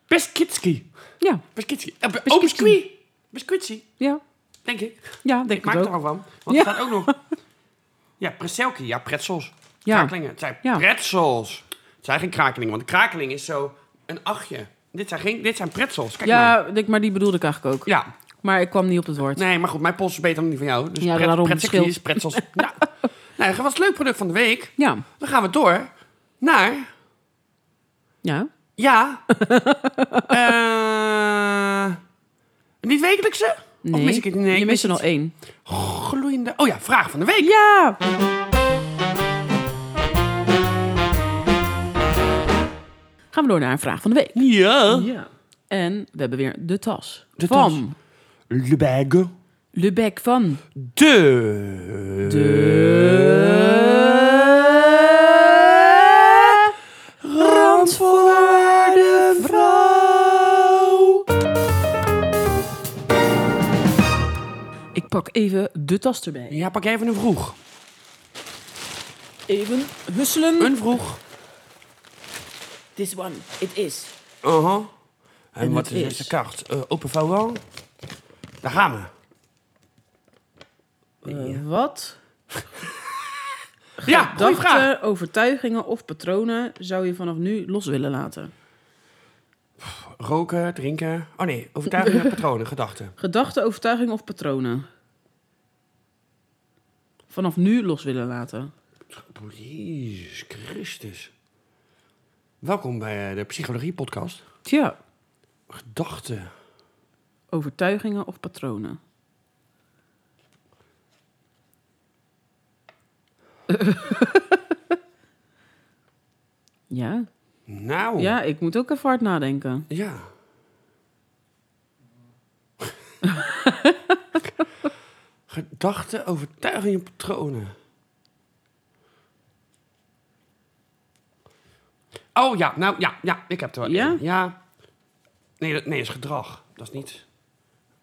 Beskitski.
Ja,
Beskitski. Eh, be- Oh, biscuit. Biscuitsie,
ja,
denk ik.
ja, denk
Ik
het
maak er
ook.
al van. Want
Ja.
er staat ook nog... Ja, preselki. Ja, pretzels.
Ja.
Krakelingen. Het zijn
Ja.
pretzels. Het zijn geen krakelingen, want een krakeling is zo een achtje. Dit zijn, geen, dit zijn pretzels. Kijk maar.
Ja, denk, maar die bedoelde ik eigenlijk ook.
Ja.
Maar ik kwam niet op het woord.
Nee, maar goed, mijn pols is beter dan die van jou. Dus
Ja,
pret-
daarom,
pretzelkie
scheelt.
is pretzels. nou, nou, eindigen. Wat is het leuk product van de week?
Ja.
Dan gaan we door naar...
Ja.
Ja. Eh, niet wekelijkse? Of mis ik het? Nee, ik
je
mis
mist er
het.
nog één.
gloeiende... Oh ja, vraag van de week.
Ja! Gaan we door naar een vraag van de week.
Ja.
Ja. En we hebben weer de tas.
De
van.
tas. Le bag.
Le bek van.
De... Randvoorwaardenvrouw.
Ik pak even de tas erbij.
Ja, pak even een vroeg.
Even husselen.
Een vroeg.
This one, it is.
Aha. En
Uh-huh. En
wat
het
is
is-
deze kaart? Eh, open vouwel. Daar gaan we.
Eh, Wat?
Ja, goeie vraag.
Dachten, overtuigingen of patronen zou je vanaf nu los willen laten?
Roken, drinken. Oh nee, overtuigingen, patronen, gedachten.
Gedachten, overtuigingen of patronen? Vanaf nu los willen laten.
Jezus Christus. Welkom bij eh, de Psychologie Podcast.
Tja.
Gedachten.
Overtuigingen of patronen? ja.
Nou.
ja, ik moet ook even hard nadenken.
Ja. Gedachten, overtuigingen, patronen. Oh ja, nou ja, ja, ik heb er wel
Ja?
één. Ja. Nee, dat, nee, dat is gedrag. Dat is niet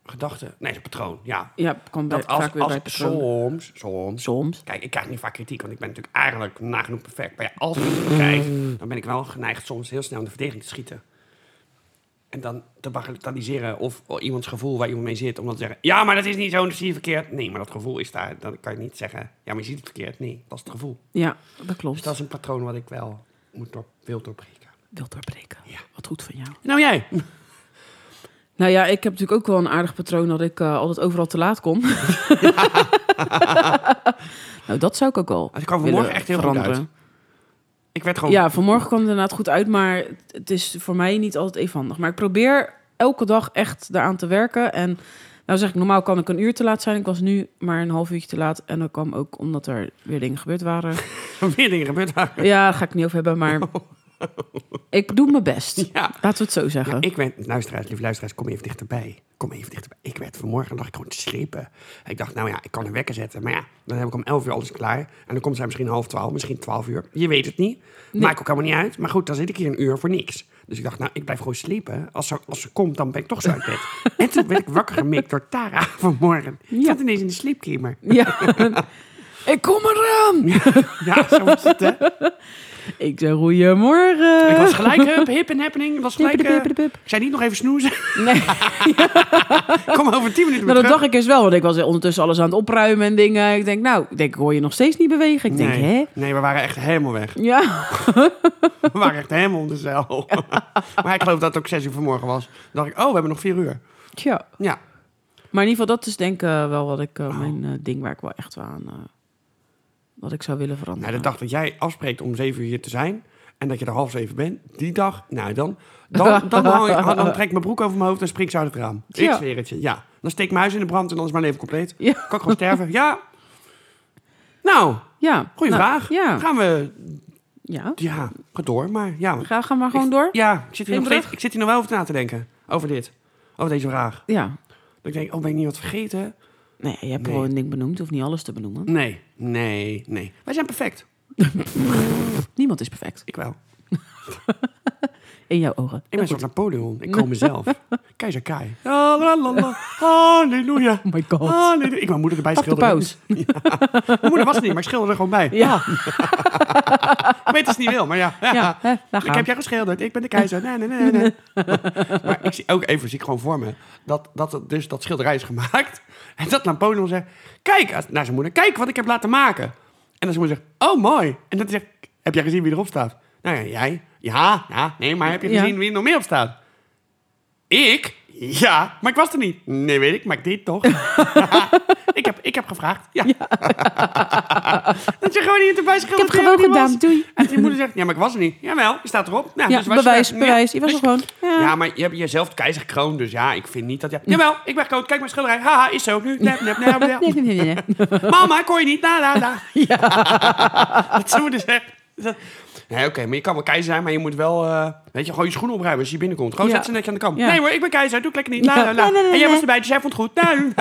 gedachten. Nee, dat is patroon, ja.
Ja, komt bij,
Dat als,
vaak weer bij
als
patronen.
soms, soms...
Soms.
Kijk, ik krijg niet vaak kritiek, want ik ben natuurlijk eigenlijk nagenoeg perfect. Maar ja, als ik kritiek krijg, dan ben ik wel geneigd soms heel snel in de verdediging te schieten. En dan te bagatelliseren of iemands gevoel waar iemand mee zit, om dan te zeggen... Ja, maar dat is niet zo, dat zie je verkeerd. Nee, maar dat gevoel is daar. Dan kan je niet zeggen, ja, maar je ziet het verkeerd. Nee, dat is het gevoel.
Ja, dat klopt.
Dus dat is een patroon wat ik wel moet door, wil doorbreken.
Wil doorbreken.
Ja.
Wat goed van jou.
Nou jij?
Nou ja, ik heb natuurlijk ook wel een aardig patroon dat ik eh, altijd overal te laat kom. nou, dat zou ik ook wel.
Ik kwam vanmorgen
willen
echt heel goed uit. Ik werd gewoon...
Ja, vanmorgen kwam het inderdaad goed uit, maar het- het is voor mij niet altijd even handig. Maar ik probeer elke dag echt daaraan te werken. En nou zeg ik, normaal kan ik een uur te laat zijn. Ik was nu maar een half uurtje te laat. En dat kwam ook omdat er weer dingen gebeurd waren.
Weer dingen gebeurd.
Ja, daar ga ik het niet over hebben, maar
Oh.
ik doe mijn best.
Ja.
Laten we het zo zeggen.
Ik werd, luisteraars, lieve luisteraars, kom even dichterbij. Kom even dichterbij. Ik werd vanmorgen, dacht ik gewoon te schrepen. Ik dacht, nou ja, ik kan een wekker zetten. Maar ja, dan heb ik om 11 uur alles klaar. En dan komt zij misschien half 12, misschien 12 uur. Je weet het niet. Maakt ook helemaal niet uit. Maar goed, dan zit ik hier een uur voor niks. Dus ik dacht, nou, ik blijf gewoon slepen. Als ze, als ze komt, dan ben ik toch zo uit bed. en toen werd ik wakker gemikt door Tara vanmorgen. Ik
Ja.
zat ineens in de sleepkamer.
Ja. ik kom eraan!
Ja, zo was het, hè.
Ik zeg, goeiemorgen.
Ik was gelijk hup, hip en happening. Ik was gelijk...
Hippity,
eh,
hippity, pip.
ik zei niet nog even snoezen.
Nee.
Kom over 10 minuten weer
Nou, dat
terug.
dacht ik eens wel, want ik was ondertussen alles aan het opruimen en dingen. Ik denk, nou, ik denk, ik hoor je nog steeds niet bewegen. Ik denk,
nee.
hè?
nee, we waren echt helemaal weg.
Ja.
We waren echt helemaal onder zeil. maar ik geloof dat het ook zes uur vanmorgen was. Dan dacht ik, oh, we hebben nog vier uur.
Tja.
Ja.
Maar in ieder geval, dat is denk ik eh, wel wat ik, eh, mijn eh, ding waar ik wel echt wel aan, eh, wat ik zou willen veranderen.
Nou, de dag dat jij afspreekt om zeven uur hier te zijn... en dat je er half zeven bent, die dag... Nou, dan, dan, dan, hang ik- dan, trek ik mijn broek over mijn hoofd en spring ik zo uit het raam. Ik
Ja.
zweer het je, ja. Dan steek ik mijn huis in de brand en dan is mijn leven compleet.
Ja.
Kan ik gewoon sterven? Ja. Nou,
Ja.
goede
Nou,
vraag.
Ja.
Gaan we...
ja.
Ja, ga door, maar ja.
Ga, ga maar gewoon door.
Ja, ik zit, hier
Geen
nog steeds,
brug?
ik zit hier nog wel over na te denken. Over dit. Over deze vraag.
Ja.
Dat ik denk, oh, ben ik niet wat vergeten?
Nee, je hebt
Nee.
wel een ding benoemd. Je hoeft niet alles te benoemen.
Nee, nee, nee. Wij zijn perfect.
Niemand is perfect.
Ik wel.
In jouw ogen.
Ik ben zo'n Napoleon. Ik kom mezelf. Keizer Kai. La, la, la, la. Halleluja.
Oh my god.
Halleluja. Ik mijn moeder erbij
Pak de
schilderen.
pauze.
Mijn moeder was er niet, maar ik schilderde er gewoon bij.
Ja.
Ah. Ik weet dat ze niet wil, maar ja.
Ja, hè, daar
Ik
gaan
heb
we.
jij geschilderd. Ik ben de keizer. Nee, nee, nee, nee. maar ik zie ook even, zie ik gewoon voor me, dat, dat het dus dat schilderij is gemaakt. En dat Napoleon zegt, kijk, als- naar zijn moeder, kijk wat ik heb laten maken. En dan zijn moeder zegt, oh mooi. En dat hij zegt, heb jij gezien wie erop staat? Nou ja, jij. Ja, ja, nee, maar heb je
Ja.
gezien wie er nog meer op staat? Ik? Ja, maar ik was er niet. Nee, weet ik, maar ik deed het toch. ik, heb, ik heb gevraagd. Ja. dat je gewoon niet in de buis
Ik heb het gewoon gedaan, doei.
En je moeder zegt, ja, maar ik was er niet. Jawel, je staat erop. Nou,
Ja,
dus was je
bewijs,
er.
bewijs. Je was er gewoon. Ja.
Ja, maar je hebt jezelf keizer kroon, dus ja, ik vind niet dat... jij. Jawel, ik ben kroon. Kijk mijn schilderij. Haha, is zo. Nu, nep, nep, nep, nep.
Nee, nee, nee, nee, nee.
Mama, ik hoor je niet. Na, na, na. dat is hoe dus echt. dat- Nee, oké, maar je kan wel keizer zijn, maar je moet wel, eh, weet je, gewoon je schoenen opruimen als je binnenkomt. Gewoon
Ja.
zet ze netjes aan de kant.
Ja.
Nee hoor, ik ben keizer, doe ik lekker niet. La,
Ja.
la, la.
Nee, nee, nee,
en jij
nee.
was erbij, dus jij vond het goed. Nou.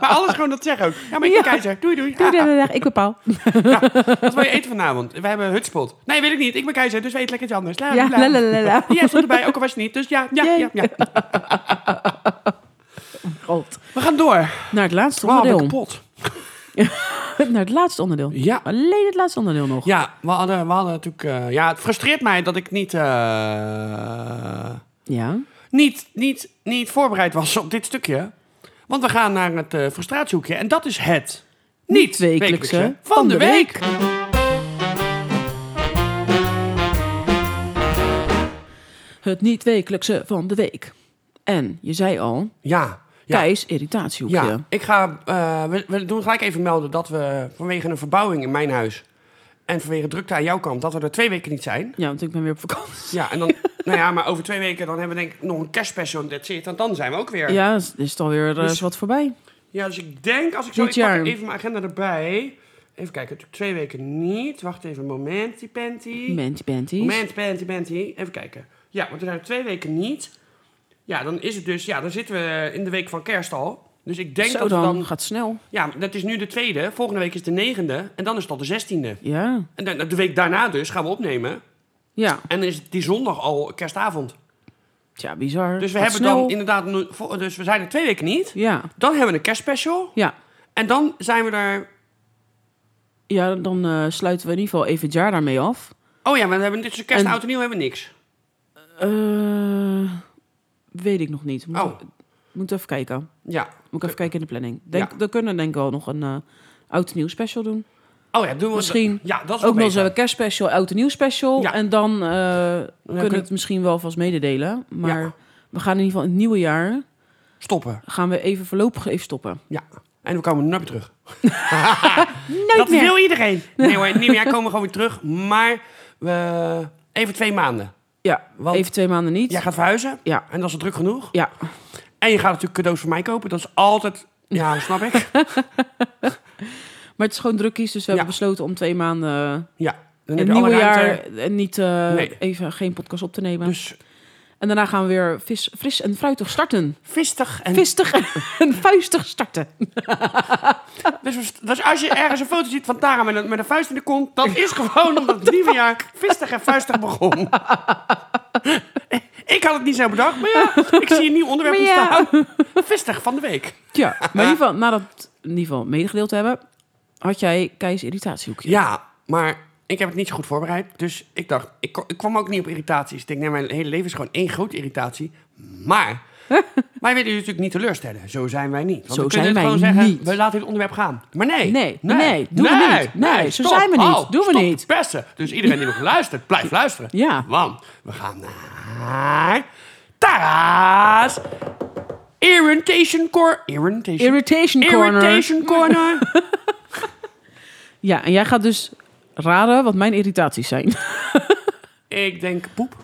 maar alles gewoon dat zeggen ook. Ja, maar ik ben
Ja.
keizer. Doei, doei.
Doei, doei,
Ah,
doei, doei. Ik bepaal.
wat wil je eten vanavond? We hebben hutspot. Nee, weet ik niet. Ik ben keizer, dus we eten lekker iets anders. La,
Ja,
la, la.
la, la, la, la.
Jij stond erbij, ook al was je niet. Dus ja, ja,
Yay.
ja, ja.
God.
We gaan door.
Naar het laatste
Wow, ben ik
onderdeel.
kapot.
Naar het laatste onderdeel.
Ja.
Alleen het laatste onderdeel nog.
Ja, we hadden, we hadden natuurlijk... eh, ja, het frustreert mij dat ik niet, eh,
Ja.
niet, niet, niet voorbereid was op dit stukje. Want we gaan naar het eh, frustratiehoekje. En dat is het
Niet-wekelijkse
niet-wekelijkse van de week.
Het niet-wekelijkse van de week. En je zei al,
Ja, ja,
Thijs irritatiehoekje.
ja. Ik ga... eh, we, we doen gelijk even melden dat we vanwege een verbouwing in mijn huis... en vanwege drukte aan jouw kant, dat we er twee weken niet zijn.
Ja, want ik ben weer op vakantie.
Ja, en dan... nou ja, maar over twee weken dan hebben we denk ik nog een kerstspecial en that's it. En dan zijn we ook weer...
Ja, is, is het alweer eh,
Dus-
is wat voorbij.
Ja, dus ik denk als ik zo...
Dit
Ik pak
jaar.
even mijn agenda erbij. Even kijken. natuurlijk Twee weken niet. Wacht even. Momentie, Penty.
Menti penties.
Moment, Penty, Penty. Even kijken. Ja, want er zijn twee weken niet. Ja, dan is het dus... Ja, dan zitten we in de week van kerst al. Dus ik denk
Zo
dat we
dan,
dan...
gaat snel.
Ja, dat is nu de tweede. Volgende week is de negende. En dan is het al de zestiende.
Ja.
En dan, de week daarna dus gaan we opnemen.
Ja,
En dan is het die zondag al kerstavond.
tja, bizar.
Dus we
Gaat
hebben
snel.
dan inderdaad... nu- vo- Dus we zijn er twee weken niet.
Ja,
Dan hebben we een kerstspecial.
ja.
En dan zijn we er
ja dan eh, sluiten we in ieder geval even het jaar daarmee af.
Oh ja, maar we hebben dus kerst,
En-
oud en nieuw hebben we niks.
Eh, weet ik nog niet. Moet,
Oh,
moet even kijken.
ja.
Moet ik even kijken in de planning. Denk,
Ja.
We kunnen denk ik wel nog een eh oud en nieuw special doen.
Oh ja, doen we
Misschien
Ja, dat is
Ook nog eens
beter.
een kerstspecial, oud en nieuw special.
Ja.
En dan eh, kunnen we
kun-
het misschien wel vast mededelen. Maar
Ja.
we gaan in ieder geval in het nieuwe jaar...
Stoppen.
gaan we even voorlopig even stoppen.
Ja. En we komen nooit meer terug.
Nooit
dat
meer.
wil iedereen. Nee hoor, in het nieuwe jaar komen we gewoon weer terug. Maar we... even twee maanden.
Ja,
Want-
even twee maanden niet.
Jij gaat verhuizen.
Ja.
En dat is al druk genoeg.
Ja.
En je gaat natuurlijk cadeaus voor mij kopen. Dat is altijd... Ja, snap ik.
Maar het is gewoon druk kies, dus we
Ja.
hebben besloten om twee maanden...
Ja. Dan
in het
heb je alle
nieuwe jaar
ruimte.
en niet, eh,
Nee.
even geen podcast op te nemen.
Dus
En daarna gaan we weer vis, fris en fruitig starten.
vistig. En...
Vistig en vuistig starten.
Dus, dus als je ergens een foto ziet van Tara met een, met een vuist in de kont, dat is gewoon omdat het nieuwe jaar vistig en vuistig begon. Ik had het niet zo bedacht, maar ja, ik zie een nieuw onderwerp
Maar ja.
ontstaan. Vistig van de week.
Ja, maar in ieder geval, nadat we het in ieder geval medegedeeld te hebben, had jij Keis irritatiehoekje.
Ja, maar ik heb het niet zo goed voorbereid. Dus ik dacht, ik, ko- ik kwam ook niet op irritaties. Ik denk, nee, mijn hele leven is gewoon één grote irritatie. Maar wij willen jullie natuurlijk niet teleurstellen. Zo zijn wij niet. Want
Zo
we kunnen
zijn
gewoon
wij
zeggen,
niet.
we laten dit onderwerp gaan. Maar nee.
Nee, nee, doen we niet. Nee, zo zijn we niet. Doen we
stop
niet.
het pesten. Dus iedereen die nog luistert, blijf luisteren.
Ja.
Want we gaan naar... Tara's Irritation Corner. Irritation,
Irritation corner.
Irritation Corner.
Ja, en jij gaat dus raden wat mijn irritaties zijn.
ik denk poep.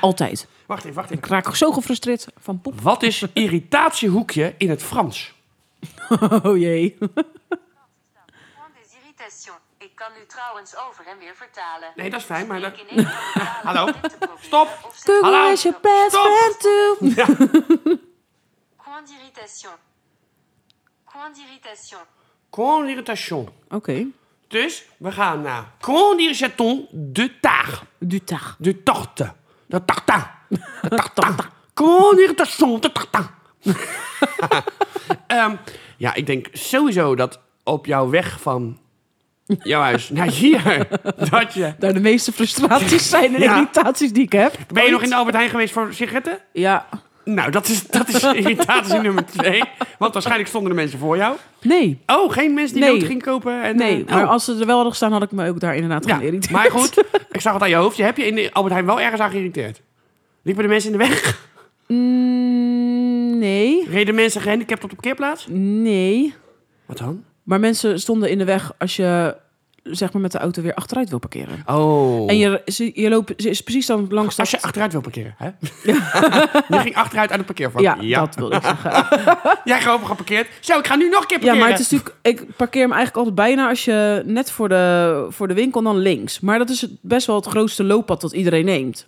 Altijd.
Wacht even, wacht even.
Ik raak zo gefrustreerd van poep.
Wat is irritatiehoekje in het Frans?
Oh jee.
Point des irritations. Ik kan nu trouwens over en weer vertalen.
Nee, dat is fijn, maar dat-
Spreek in één keer vertalen
Hallo.
om dit te proberen.
Stop.
Of ze-
Google
Hallo?
is je best
Stop.
friend too.
Point d'irritation. Point d'irritation.
Con irritation.
Oké.
Dus we gaan naar con irritation de taar.
Du tag.
De tarte. De tartin. De tartin. Con irritation de tartin. Ehm, ja, ik denk sowieso dat op jouw weg van jouw huis naar hier, dat je...
Daar Nou, de meeste frustraties zijn en
Ja.
irritaties die ik heb.
Ben je nog in de Albert Heijn geweest voor sigaretten?
Ja.
Nou, dat is, dat is irritatie nummer twee. Want waarschijnlijk stonden er mensen voor jou.
Nee.
Oh, geen mensen die
Nee.
nee. ging kopen? En,
Nee,
eh,
maar
oh.
als ze er wel hadden gestaan, had ik me ook daar inderdaad
Ja,
geïrriteerd.
maar goed, ik zag het aan je hoofd. Je hebt je in de Albert Heijn wel ergens aan geïrriteerd. Liepen de mensen in de weg?
Mm, nee.
Reden mensen gehandicapt op de parkeerplaats?
Nee.
Wat dan?
Maar mensen stonden in de weg als je zeg maar met de auto weer achteruit wil parkeren.
Oh.
En je, ze- je loopt ze is precies dan langs dat...
Als je achteruit wil parkeren, hè? je ging achteruit aan de parkeervak.
ja, dat wil ik zeggen.
Jij gewoon geparkeerd. Zo, ik ga nu nog een keer
Ja,
parkeren.
maar het is natuurlijk... Ik parkeer hem eigenlijk altijd bijna als je net voor de, voor de winkel en dan links. Maar dat is het, best wel het grootste looppad dat iedereen neemt.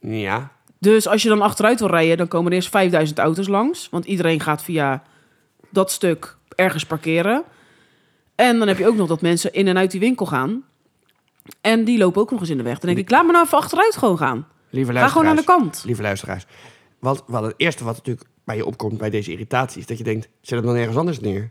Ja.
Dus als je dan achteruit wil rijden, dan komen er eerst 5000 auto's langs. Want iedereen gaat via dat stuk ergens parkeren. En dan heb je ook nog dat mensen in en uit die winkel gaan. En die lopen ook nog eens in de weg. Dan denk ik, laat me nou even achteruit gewoon gaan.
Lieve
Ga gewoon aan de
luisteraars.
kant.
Lieve luisteraars. Want wat het eerste wat natuurlijk bij je opkomt bij deze irritatie is dat je denkt, zet hem dan ergens anders neer.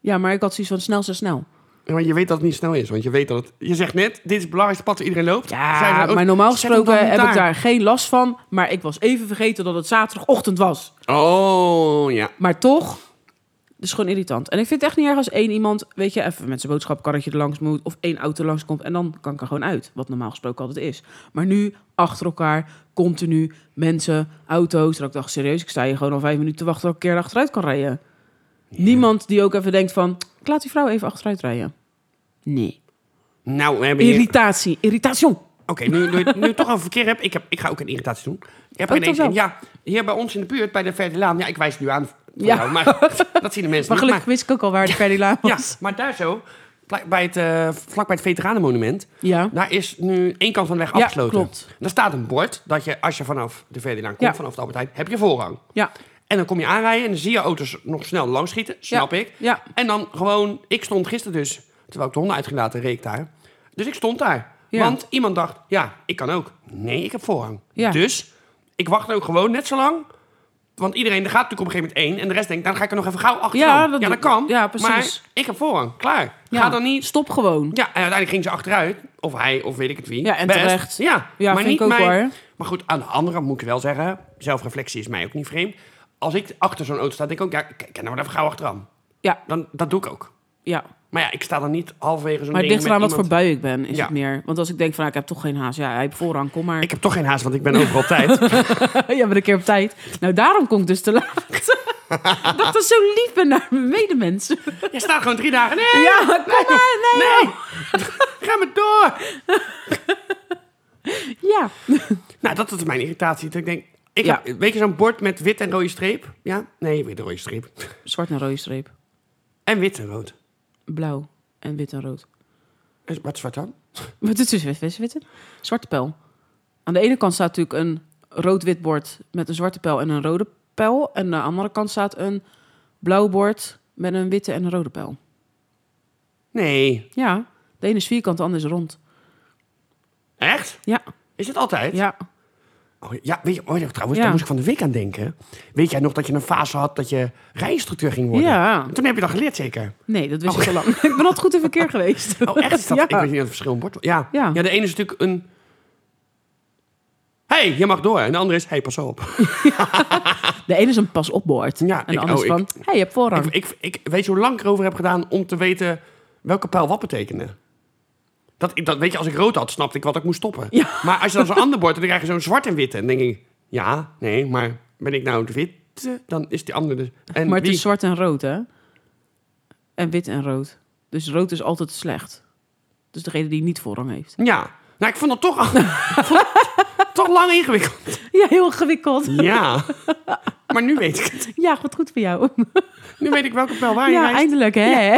Ja, maar ik had zoiets van snel, zo snel.
Ja, Maar je weet dat het niet snel is, want je weet dat het... Je zegt net, dit is het belangrijkste pad waar iedereen loopt. Zij
Ja,
zeggen ook,
maar normaal
zet hem dan
gesproken
niet
heb ik daar geen last van. Maar ik was even vergeten dat het zaterdagochtend was.
Oh, ja.
Maar toch, het is gewoon irritant. En ik vind het echt niet erg als één iemand, weet je, even met zijn boodschapkarretje er langs moet. Of één auto langskomt en dan kan ik er gewoon uit. Wat normaal gesproken altijd is. Maar nu, achter elkaar, continu, mensen, auto's. Dat ik dacht, serieus, ik sta hier gewoon al vijf minuten te wachten dat ik een keer achteruit kan rijden. Niemand die ook even denkt van, ik laat die vrouw even achteruit rijden. Nee.
Nou, we hebben hier...
Irritatie, irritatie.
Oké, nu, nu, nu ik toch over verkeer heb, ik, heb, ik ga ook een irritatie doen. Ik heb
Oh,
ineens,
toch wel?
ja, hier bij ons in de buurt, bij de Verde Laan. Ja, ik wijs het nu aan voor
Ja.
jou, maar dat zien de mensen
Maar
niet.
gelukkig wist ik ook al waar de Ferdilaan
ja,
was.
maar daar zo, pla- bij het, eh, vlak bij het Veteranenmonument,
Ja.
daar is nu één kant van de weg
Ja,
afgesloten.
klopt.
Daar staat een bord dat je, als je vanaf de Verde Laan komt,
Ja.
vanaf de Albert Heijn, heb je voorrang.
Ja.
En dan kom je aanrijden en dan zie je auto's nog snel langs schieten, snap
Ja,
ik.
ja.
En dan gewoon, ik stond gisteren dus, terwijl ik de honden uitgelaten reed ik daar. Dus ik stond daar.
Ja.
Want iemand dacht, ja, ik kan ook. Nee, ik heb voorrang.
Ja.
Dus ik wacht ook gewoon net zo lang. Want iedereen er gaat natuurlijk op een gegeven moment één. En de rest denkt, dan ga ik er nog even gauw achteraan.
Ja, dat-
kan.
ja, precies.
Maar ik heb voorrang, klaar.
ja.
Ga dan niet...
Stop gewoon.
Ja, en uiteindelijk ging ze achteruit. Of hij, of weet ik het wie.
Ja, en
Best.
terecht.
Ja,
Ja,
maar
vind
niet
ik ook
mijn-
waar.
Maar goed, aan de andere moet ik wel zeggen... zelfreflectie is mij ook niet vreemd. Als ik achter zo'n auto sta, denk ik ook... ja, kijk, nou maar even gauw achteraan.
Ja,
Dan, dat doe ik ook.
ja.
Maar ja, ik sta dan niet halverwege zo'n
Maar het
ding
ligt eraan
met
wat voor
iemand.
bui ik ben, is
Ja.
het meer. Want als ik denk van, ah, ik heb toch geen haast. Ja, hij heeft voorrang, kom maar.
Ik heb toch geen haast, want ik ben overal op tijd.
Jij bent een keer op tijd. Nou, daarom kom ik dus te laat. dat is zo lief ben naar mijn medemensen.
Je staat gewoon drie dagen... Nee,
Ja, kom maar, nee.
nee! Ga maar door!
Ja.
Nou, dat is mijn irritatie. Dat ik denk... Ik
Ja.
heb, weet je zo'n bord met wit en rode streep? Ja? Nee, wit en rode streep.
Zwart en rode streep.
En wit en rood.
Blauw en wit en rood.
Is- Wat is zwart dan?
Maar dit is wit, wit, wit. wit. Zwarte pijl. Aan de ene kant staat natuurlijk een rood-wit bord met een zwarte pijl en een rode pijl. En aan de andere kant staat een blauw bord met een witte en een rode pijl.
Nee.
Ja, de ene is vierkant, de andere is rond.
Echt?
Ja,
Is het altijd?
ja.
Oh, ja, weet je, oh, ja, trouwens,
Ja.
daar moest ik van de week aan denken. Weet jij nog dat je een fase had dat je rijinstructeur ging worden?
Ja.
Toen heb je dat geleerd, zeker.
Nee, dat wist ik al lang. ik ben altijd goed in verkeer geweest.
Oh, echt? Is dat,
Ja.
Ik weet niet of het verschil wordt. Ja.
Ja.
ja. de ene is natuurlijk een... Hé, hey, je mag door. En de andere is, hé, hey, pas op.
De ene is een pas op boord.
Ja,
en de
ik-
andere is
oh,
van,
ik-
hé, je hebt voorrang.
Ik, ik, ik weet je hoe lang ik erover heb gedaan om te weten welke pijl wat betekende? Dat, ik- dat, weet je, als ik rood had, snapte ik wat ik moest stoppen.
Ja.
Maar als je dan zo'n ander bord, dan krijg je zo'n zwart en wit. En dan denk ik, ja, nee, maar ben ik nou de witte? Dan is die andere... dus- En
maar het
wie-
is zwart en rood, hè? En wit en rood. Dus rood is altijd slecht. Dus degene die niet voorrang heeft.
Ja. Nou, ik vond dat toch, ik vond het toch lang ingewikkeld.
Ja, heel ingewikkeld.
Ja. Maar nu weet ik het.
Ja, wat goed voor jou.
Oh, Nu weet ik welke pijl waar je
Ja,
wijst.
eindelijk, hè?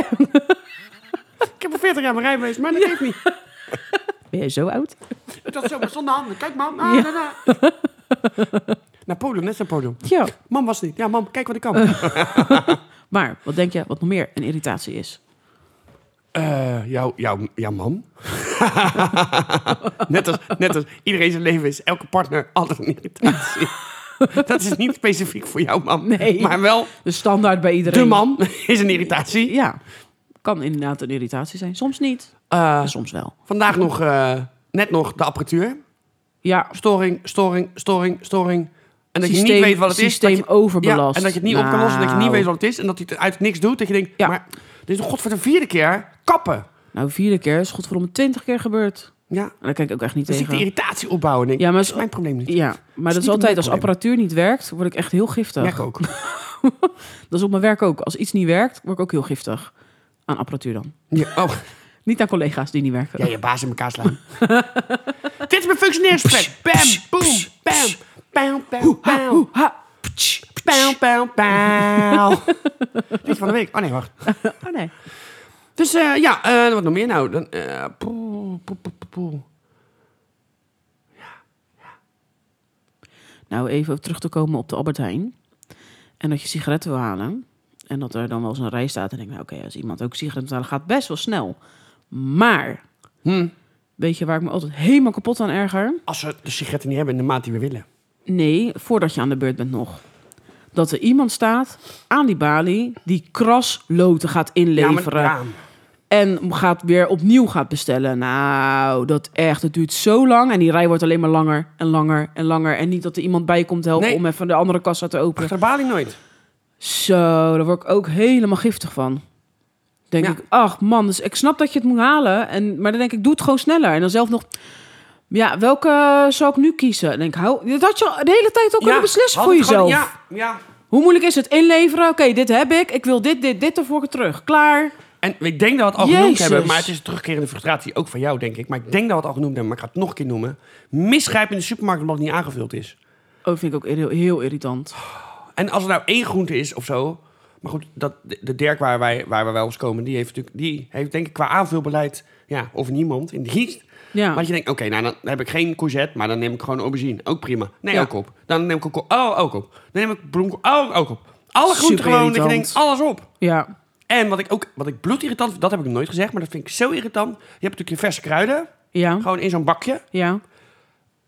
Ik heb al 40 jaar mijn rijbewijs, maar dat geeft niet.
Ben jij zo oud?
Het was zomaar zonder handen. Kijk, mam. Ah, da, da. Naar Polen, net naar Polen.
Ja.
Mam was het niet. Ja, mam, kijk wat ik kan. Eh
Maar, wat denk je wat nog meer een irritatie is?
jouw Eh, jou, jou, mam? net, als, net als iedereen zijn leven is elke partner altijd een irritatie. dat is niet specifiek voor jouw mam.
Nee.
Maar wel,
De standaard bij iedereen.
de man is een irritatie.
Ja. Kan inderdaad een irritatie zijn. Soms niet.
Eh,
en soms wel.
Vandaag nog, eh, net nog de apparatuur.
Ja.
Storing, storing, storing, storing. En dat je
Systeem-
niet weet wat het is.
systeem
dat je-
overbelast.
Ja, en dat je het niet op kan lossen. Dat je niet
Nou.
weet wat het is. En dat hij het uit niks doet. Dat je denkt,
Ja.
maar dit is toch god voor de vierde keer kappen.
Nou, vierde keer is godverdomme twintig keer gebeurd.
Ja.
En daar kijk ik ook echt niet
Dan zie ik de
tegen.
irritatie opbouwen. en Denk,
Ja,
ja,
maar
maar dat
zo-
is mijn probleem niet.
Ja, maar dat
niet
is altijd
mijn
als
probleem.
apparatuur niet werkt, word ik echt heel
Ja,
giftig.
ik ook.
Dat is op mijn werk ook. Als iets niet werkt, word ik ook heel giftig. Aan apparatuur dan.
Ja, oh.
Niet aan collega's die niet werken.
ja, je baas in elkaar slaan. Dit is mijn functioneersgesprek. Bam, boom, bam. Pauw, pauw, pauw.
Ha!
Pauw, pauw, pauw. Dit van de week. Oh nee, wacht.
Oh nee.
Dus eh, ja, eh, wat nog meer nou? Dan, eh, poel, poel, poel, poel, poel.
Nou, even op terug te komen op de Albert Heijn. En dat je sigaretten wil halen. En dat er dan wel eens een rij staat. En ik denk, nou, oké, als iemand ook sigaretten wil halen, gaat best wel snel. Maar,
Hm.
weet je waar ik me altijd helemaal kapot aan erger?
Als we de sigaretten niet hebben in de maat die we willen.
Nee, voordat je aan de beurt bent nog. Dat er iemand staat aan die balie die krasloten gaat inleveren.
Ja, maar, ja.
En gaat weer opnieuw gaat bestellen. Nou, dat echt. Het duurt zo lang. En die rij wordt alleen maar langer en langer en langer. En niet dat er iemand bij je komt helpen
Nee.
om even de andere kassa te openen.
Achter balie nooit.
Zo, daar word ik ook helemaal giftig van. Denk
Ja.
ik, ach man, dus ik snap dat je het moet halen. En, maar dan denk ik, doe het gewoon sneller. En dan zelf nog, ja, welke zal ik nu kiezen? En denk ik, hou, dat had je al de hele tijd ook kunnen beslissen
had
voor
het gewoon-
jezelf.
ja, ja.
Hoe moeilijk is het inleveren? Oké, dit heb ik. Ik wil dit, dit, dit ervoor terug. Klaar.
En ik denk dat we het al genoemd
Jezus.
hebben, maar het is een terugkerende frustratie, ook van jou denk ik. Maar ik denk dat we het al genoemd hebben, maar ik ga het nog een keer noemen. Misgrijpen in de supermarkt omdat het niet aangevuld is.
Oh, dat vind ik ook heel, heel irritant.
En als er nou één groente is of zo... Maar goed, dat, de, de Dirk waar wij, waar wij bij ons komen, die heeft, natuurlijk, die heeft denk ik qua aanvulbeleid... Ja, of niemand in dienst.
Ja.
Maar dat je denkt, oké, nou dan heb ik geen courgette, maar dan neem ik gewoon aubergine. Ook prima. Nee,
Ja.
ook op. Dan neem ik ook op. Oh, ook op. Dan neem ik bloemkool. Oh, ook op. Alle groenten
Super
gewoon, dat je
irritant.
denkt, alles op.
Ja,
En wat ik ook, wat ik bloedirritant vind, dat heb ik nog nooit gezegd, maar dat vind ik zo irritant. Je hebt natuurlijk je verse kruiden,
ja,
gewoon in zo'n bakje.
ja.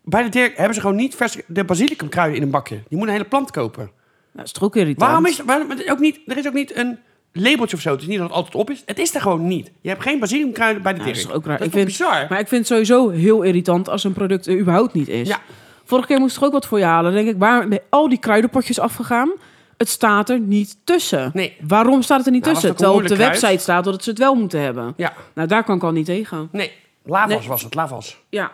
Bij de Dirk hebben ze gewoon niet verse, de basilicumkruiden in een bakje. Je moet een hele plant kopen.
Dat Nou, is toch ook irritant?
Waarom is waarom, het is ook niet, er is ook niet een labeltje of zo. Het is niet dat het altijd op is. Het is er gewoon niet. Je hebt geen basilicumkruiden bij de
Ja,
Dirk.
dat is toch ook raar?
Dat
ik
toch
vind,
bizar.
Maar ik vind het sowieso heel irritant als een product er überhaupt niet is.
Ja.
Vorige keer moest ik er ook wat voor je halen. Dan denk ik, waar ben al die kruidenpotjes afgegaan? Het staat er niet tussen.
Nee.
Waarom staat het er niet
Nou, was
tussen?
het ook een
Terwijl op de
moeilijk
website
kruid?
staat dat ze het wel moeten hebben.
Ja,
Nou, daar kan ik al niet tegen.
nee. Lavas
Nee.
was het, lavas.
Ja,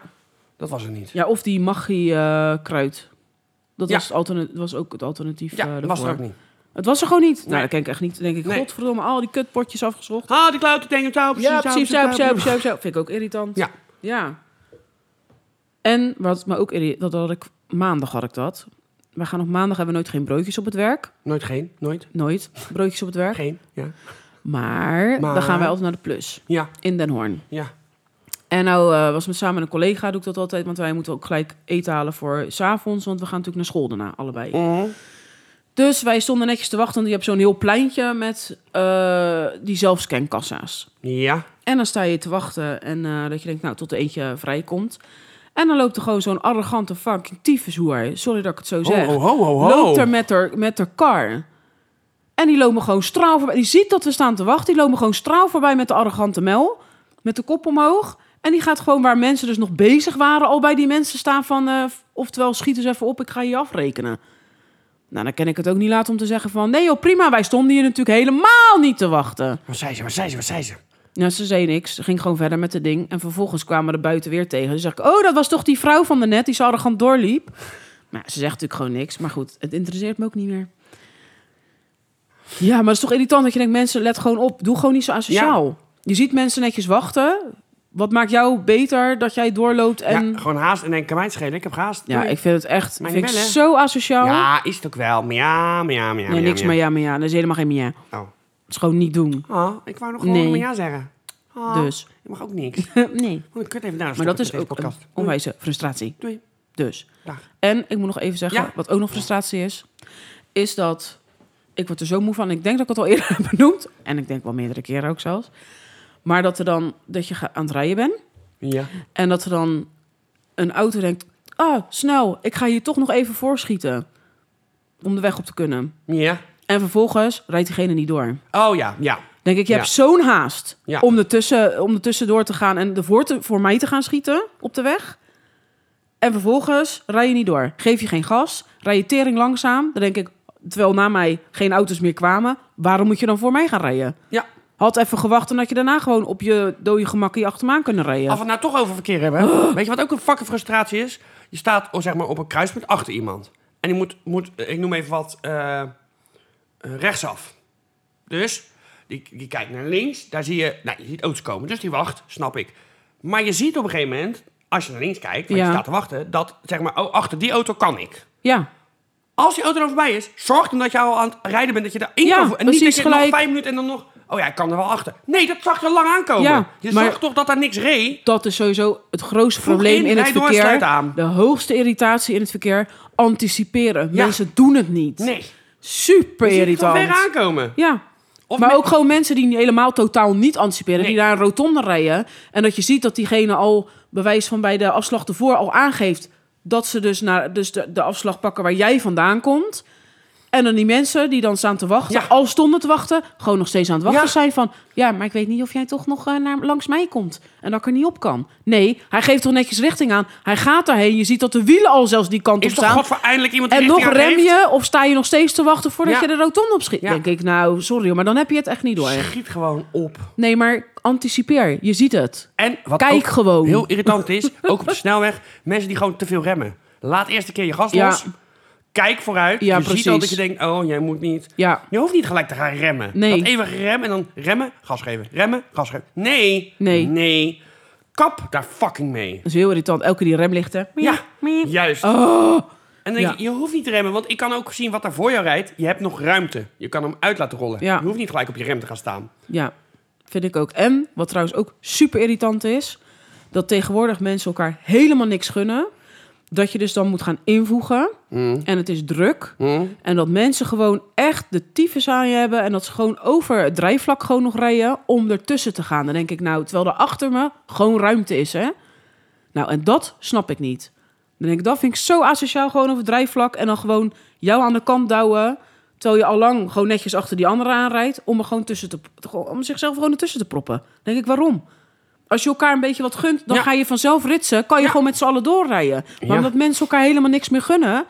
Dat was er niet.
ja of die magie-kruid. dat
Ja.
was, het alternatief, was ook het alternatief.
Ja,
eh,
dat was er ook
daarvoor.
niet.
Het was er gewoon niet.
Nee.
Nou, dat ken ik echt niet. Dan denk ik,
Nee.
godverdomme, al die kutpotjes afgezocht.
Ah, die klauwt, denk ik, zo, precies,
Ja,
zo,
precies.
zo,
Zo,
zo,
zo,
zo.
zo, zo. Vind ik ook irritant.
Ja.
Ja. En wat me ook irritant... Dat had ik... Maandag had ik dat. We gaan op maandag hebben we nooit geen broodjes op het werk.
Nooit geen, nooit.
Nooit broodjes op het werk.
Geen, ja.
Maar,
Maar-
dan gaan wij altijd naar de Plus.
Ja,
In Den Hoorn.
ja.
En nou eh, was met samen met een collega doe ik dat altijd. Want wij moeten ook gelijk eten halen voor 's avonds, Want we gaan natuurlijk naar school daarna, allebei. Dus wij stonden netjes te wachten. Want je hebt zo'n heel pleintje met eh, die zelfscankassa's.
Ja.
En dan sta je te wachten en eh, dat je denkt, nou, tot er eentje vrijkomt. En dan loopt er gewoon zo'n arrogante fucking tyfushoer. Sorry dat ik het zo
Ho,
zeg.
ho, ho, ho, ho.
Loopt er met haar, met haar kar. En die loopt me gewoon straal voorbij. Die ziet dat we staan te wachten. Die loopt me gewoon straal voorbij met de arrogante mel. Met de kop omhoog. En die gaat gewoon waar mensen dus nog bezig waren... al bij die mensen staan van... eh, oftewel, schiet eens even op, ik ga je afrekenen. Nou, dan kan ik het ook niet laten om te zeggen van... nee joh, prima, wij stonden hier natuurlijk helemaal niet te wachten.
Wat zei ze, wat zei ze, wat zei ze?
Nou, ze zei niks. Ze ging gewoon verder met het ding. En vervolgens kwamen we er buiten weer tegen. Ze zegt, oh, dat was toch die vrouw van de net die zo arrogant doorliep. Maar ja, ze zegt natuurlijk gewoon niks. Maar goed, het interesseert me ook niet meer. Ja, maar het is toch irritant dat je denkt, mensen, let gewoon op. Doe gewoon niet zo asociaal. Je ziet mensen netjes wachten. Wat maakt jou beter dat jij doorloopt? En...
Ja,
Ja,
gewoon haast en denk, kan mij het schelen, ik heb haast. Doei.
ik vind het echt
Maar
vind ik
niet bellen.
zo asociaal.
Ja, is het ook wel. Maar ja, maar ja, maar
nee,
ja. maar ja,
niks
maar
maar
ja.
ja, maar ja. Dat is helemaal geen meer. ja.
Oh.
Het is gewoon niet doen.
Ah, ik wou nog gewoon
Nee.
maar ja zeggen. Ah,
Dus.
Je mag ook niks.
nee.
Wat een kut even daar.
Maar dat is ook een
podcast. Doei.
onwijze frustratie.
Doei.
Dus.
Dag.
En ik moet nog even zeggen,
Ja.
wat ook nog frustratie is, is dat ik word er zo moe van. Ik denk dat ik het al eerder heb benoemd. En ik denk wel meerdere keren ook zelfs. Maar dat er dan dat je ga- aan het rijden bent.
Ja.
En dat er dan een auto denkt. Ah, snel, ik ga hier toch nog even voorschieten. Om de weg op te kunnen.
Ja.
En vervolgens rijdt diegene niet door.
Oh ja, ja.
Denk ik, je
Ja.
hebt zo'n haast
Ja.
om, er tussen, om er tussendoor te gaan en ervoor te, voor mij te gaan schieten op de weg. En vervolgens rij je niet door. Geef je geen gas, rij je tering langzaam. Dan denk ik, terwijl na mij geen auto's meer kwamen, waarom moet je dan voor mij gaan rijden?
Ja.
Had even gewacht en had je daarna gewoon op je dode gemakkie achter me aan kunnen rijden.
Als we het nou toch over verkeer hebben. Weet je wat ook een fucking frustratie is? Je staat oh, zeg maar, op een kruispunt achter iemand. En die moet, moet eh, ik noem even wat, eh, eh, rechtsaf. Dus die, die kijkt naar links. Daar zie je, nou, je ziet auto's komen. Dus die wacht, snap ik. Maar je ziet op een gegeven moment, als je naar links kijkt, want
Ja.
je staat te wachten, dat zeg maar, oh, achter die auto kan ik.
Ja,
Als die auto dan voorbij is, zorg dan dat je al aan het rijden bent, dat je daarin
Ja,
kan. vo- En niet
precies
dat je nog
gelijk.
vijf minuten en dan nog, oh ja, ik kan er wel achter. Nee, dat zag je lang aankomen.
Ja,
je
maar-
zag toch dat daar niks reed?
dat is sowieso het grootste
Vroeg
probleem
in,
in, het
rijd door en
verkeer.
sluit aan.
De hoogste irritatie in het verkeer. Anticiperen.
Ja.
Mensen doen het niet.
Nee. Dus
Super
Je ziet het
irritant.
gewoon ver aankomen.
Ja.
Of
maar
met-
ook gewoon mensen die helemaal totaal niet anticiperen. Die
Nee.
daar een rotonde rijden. En dat je ziet dat diegene al bewijs van bij de afslag ervoor al aangeeft. Dat ze dus, naar, dus de, de afslag pakken waar jij vandaan komt. En dan die mensen die dan staan te wachten,
Ja.
al stonden te wachten, gewoon nog steeds aan het wachten
Ja.
zijn van... Ja, maar ik weet niet of jij toch nog eh, naar, langs mij komt. En dat ik er niet op kan. Nee, hij geeft toch netjes richting aan. Hij gaat daarheen. Je ziet dat de wielen al zelfs die kant
Is
op
toch
staan.
godver eindelijk iemand die
En nog
richting aan
rem
geeft?
je of sta je nog steeds te wachten voordat
Ja.
je de rotonde op schiet?
Ja.
Denk ik, nou, sorry, maar dan heb je het echt niet door.
Schiet gewoon op.
Nee, maar anticipeer. Je ziet het.
En wat
Kijk
ook
gewoon.
heel irritant is, ook op de snelweg, mensen die gewoon te veel remmen. Laat eerst een keer je gas
Ja.
los. Kijk vooruit.
Ja,
je ziet al dat
precies.
je denkt, oh, jij moet niet.
Ja,
Je hoeft niet gelijk te gaan remmen.
Nee.
Dat even rem en dan remmen, gas geven. Remmen, gas geven. Nee.
Nee.
Nee. Kap daar fucking mee.
dat is heel irritant. Elke keer die remlichten.
Ja, juist. En dan denk je,
Oh. Ja.
je hoeft niet te remmen, want ik kan ook zien wat daar voor jou rijdt. Je hebt nog ruimte. Je kan hem uit laten rollen.
Ja.
Je hoeft niet gelijk op je rem te gaan staan.
Ja, vind ik ook. En wat trouwens ook super irritant is, dat tegenwoordig mensen elkaar helemaal niks gunnen. Dat je dus dan moet gaan invoegen.
Mm.
En het is druk. En dat mensen gewoon echt de tyfus aan je hebben. En dat ze gewoon over het drijfvlak gewoon nog rijden om ertussen te gaan. Dan denk ik nou, terwijl er achter me gewoon ruimte is, hè. Nou, en dat snap ik niet. Dan denk ik, dat vind ik zo asociaal gewoon over het drijfvlak. En dan gewoon jou aan de kant douwen. Terwijl je al lang gewoon netjes achter die andere aanrijdt. Om, er gewoon tussen te, om zichzelf gewoon ertussen te proppen. Dan denk ik, waarom? Als je elkaar een beetje wat gunt, dan
Ja.
ga je vanzelf ritsen. Kan je
Ja.
gewoon met z'n allen doorrijden. Maar
Ja.
omdat mensen elkaar helemaal niks meer gunnen.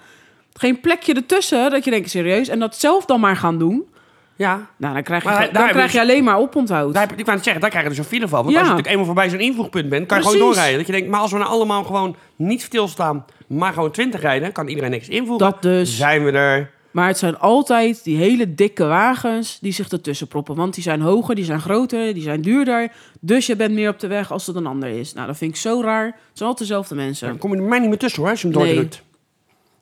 Geen plekje ertussen. Dat je denkt, serieus. En dat zelf dan maar gaan doen.
Ja,
Nou, dan krijg je,
Maar
gewoon-
daar
dan
hebben
krijg je alleen maar oponthoud.
Daar, heb- ik wou het zeggen, daar krijg je dus een file van. Want
Ja.
als je natuurlijk eenmaal voorbij zo'n invoegpunt bent, kan je gewoon
Precies.
doorrijden. Dat je denkt, maar als we nou allemaal gewoon niet stilstaan, maar gewoon 20 rijden, kan iedereen niks invoegen.
Dat dus.
Zijn we er.
Maar het zijn altijd die hele dikke wagens die zich ertussen proppen. Want die zijn hoger, die zijn groter, die zijn duurder. Dus je bent meer op de weg als het een ander is. Nou, dat vind ik zo raar. Het zijn altijd dezelfde
Dan
mensen.
kom je er mij niet meer tussen hoor, als je hem
Nee.
doordrukt.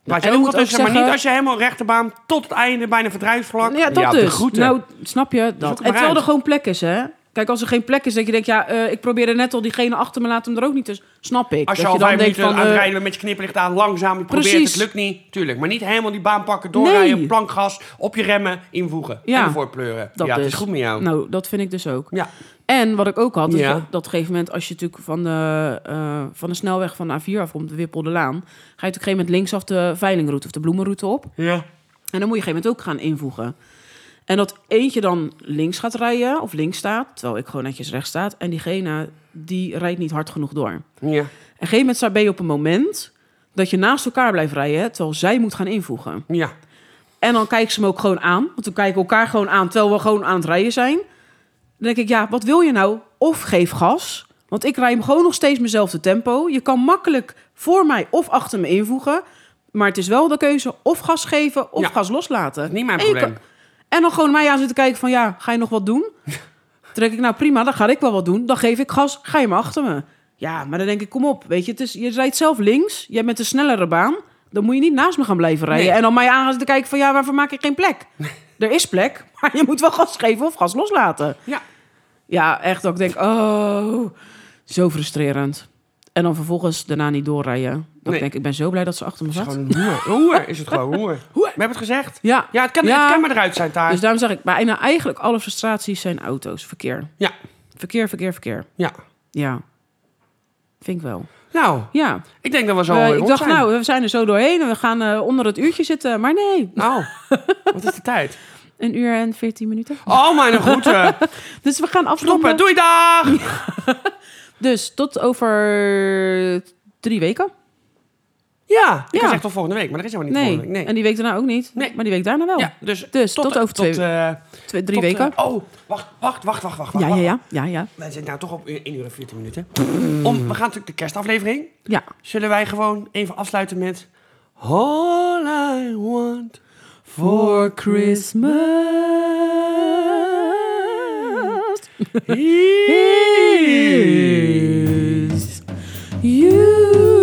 Laat je
en ik
ook
moet
wel tussen,
ook
maar niet
zeggen-
als je helemaal rechterbaan tot het einde, bijna verdrijfsvlak.
Ja, dat
de
dus.
groeten.
Nou, snap je dat?
het maar
En terwijl
uit.
er gewoon plek is, hè? Kijk, als er geen plek is, dat je denkt, ja, eh, ik probeerde net al diegene achter me, laat hem er ook niet tussen. Snap ik.
als je
dat
al vijf minuten aan het
eh,
rijden bent met je knipperlicht aan, langzaam, je probeert
Precies.
het, lukt niet. Tuurlijk, maar niet helemaal die baan pakken, doorrijden,
Nee.
plankgas, op je remmen, invoegen.
Ja.
En ervoor pleuren.
dat
ja,
dus.
het is goed met jou.
Nou, dat vind ik dus ook.
Ja.
En wat ik ook had, is
Ja.
dat, dat op een gegeven moment, als je natuurlijk van de, eh, van de snelweg van de A4 afkomt, de Wippolderlaan, ga je natuurlijk op een gegeven moment linksaf de veilingroute of de bloemenroute op.
Ja.
En dan moet je op een gegeven moment ook gaan invoegen. En dat eentje dan links gaat rijden, of links staat, terwijl ik gewoon netjes rechts staat. En diegene, die rijdt niet hard genoeg door. En op
Ja.
een gegeven moment sta- ben je op een moment dat je naast elkaar blijft rijden, hè, terwijl zij moet gaan invoegen.
Ja.
En dan kijken ze me ook gewoon aan. Want dan kijken we elkaar gewoon aan terwijl we gewoon aan het rijden zijn. Dan denk ik, ja, wat wil je nou? Of geef gas. Want ik rij hem gewoon nog steeds mezelfde tempo. Je kan makkelijk voor mij of achter me invoegen. Maar het is wel de keuze of gas geven of
Ja.
gas loslaten.
Niet mijn
En je
probleem.
kan- En dan gewoon mij aan zitten kijken van, ja, ga je nog wat doen? Toen denk ik, nou prima, dan ga ik wel wat doen. Dan geef ik gas, ga je maar achter me. Ja, maar dan denk ik, kom op. Weet je, het is, je rijdt zelf links. Jij bent een snellere baan. Dan moet je niet naast me gaan blijven rijden.
Nee.
En dan mij aan gaan zitten kijken van, ja, waarvoor maak ik geen plek? er is plek, maar je moet wel gas geven of gas loslaten.
Ja.
Ja, echt dat ik denk, oh, zo frustrerend. En dan vervolgens daarna niet doorrijden. Dan
Nee.
denk ik, ik ben zo blij dat ze achter me
Het
zat.
is gewoon een hoer. Een hoer is het gewoon, een hoer. We hebben het gezegd.
Ja.
Ja, het kan,
Ja.
Het kan maar eruit zijn, Taar.
Dus daarom zeg ik, bijna eigenlijk alle frustraties zijn auto's. Verkeer.
Ja,
Verkeer, verkeer, verkeer.
ja.
Ja. Vind ik wel.
Nou,
Ja.
ik denk dat we zo
Eh,
alweer
ik
rond
dacht,
zijn.
nou, we zijn er zo doorheen en we gaan eh, onder het uurtje zitten. Maar nee,
Nou, wat is de tijd?
een uur en veertien minuten.
Oh, mijn groeten.
Dus we gaan
Stoppen.
afronden.
Doei, dag.
Dus tot over drie weken.
Ja, ik
Ja.
was echt tot volgende week, maar er is helemaal niet
Nee.
volgende week.
en die week daarna ook niet.
Nee.
Maar die week daarna wel.
Ja, dus,
Dus tot over twee-
eh,
Twee, drie
tot,
weken.
eh, oh, wacht, wacht, wacht, wacht, wacht.
ja,
wacht.
ja, ja, ja, ja.
We zitten nou toch op 1 uur en 14 minuten. Om, we gaan natuurlijk de kerstaflevering.
Ja.
Zullen wij gewoon even afsluiten met... All I want for Christmas
Christmas
is...
is you.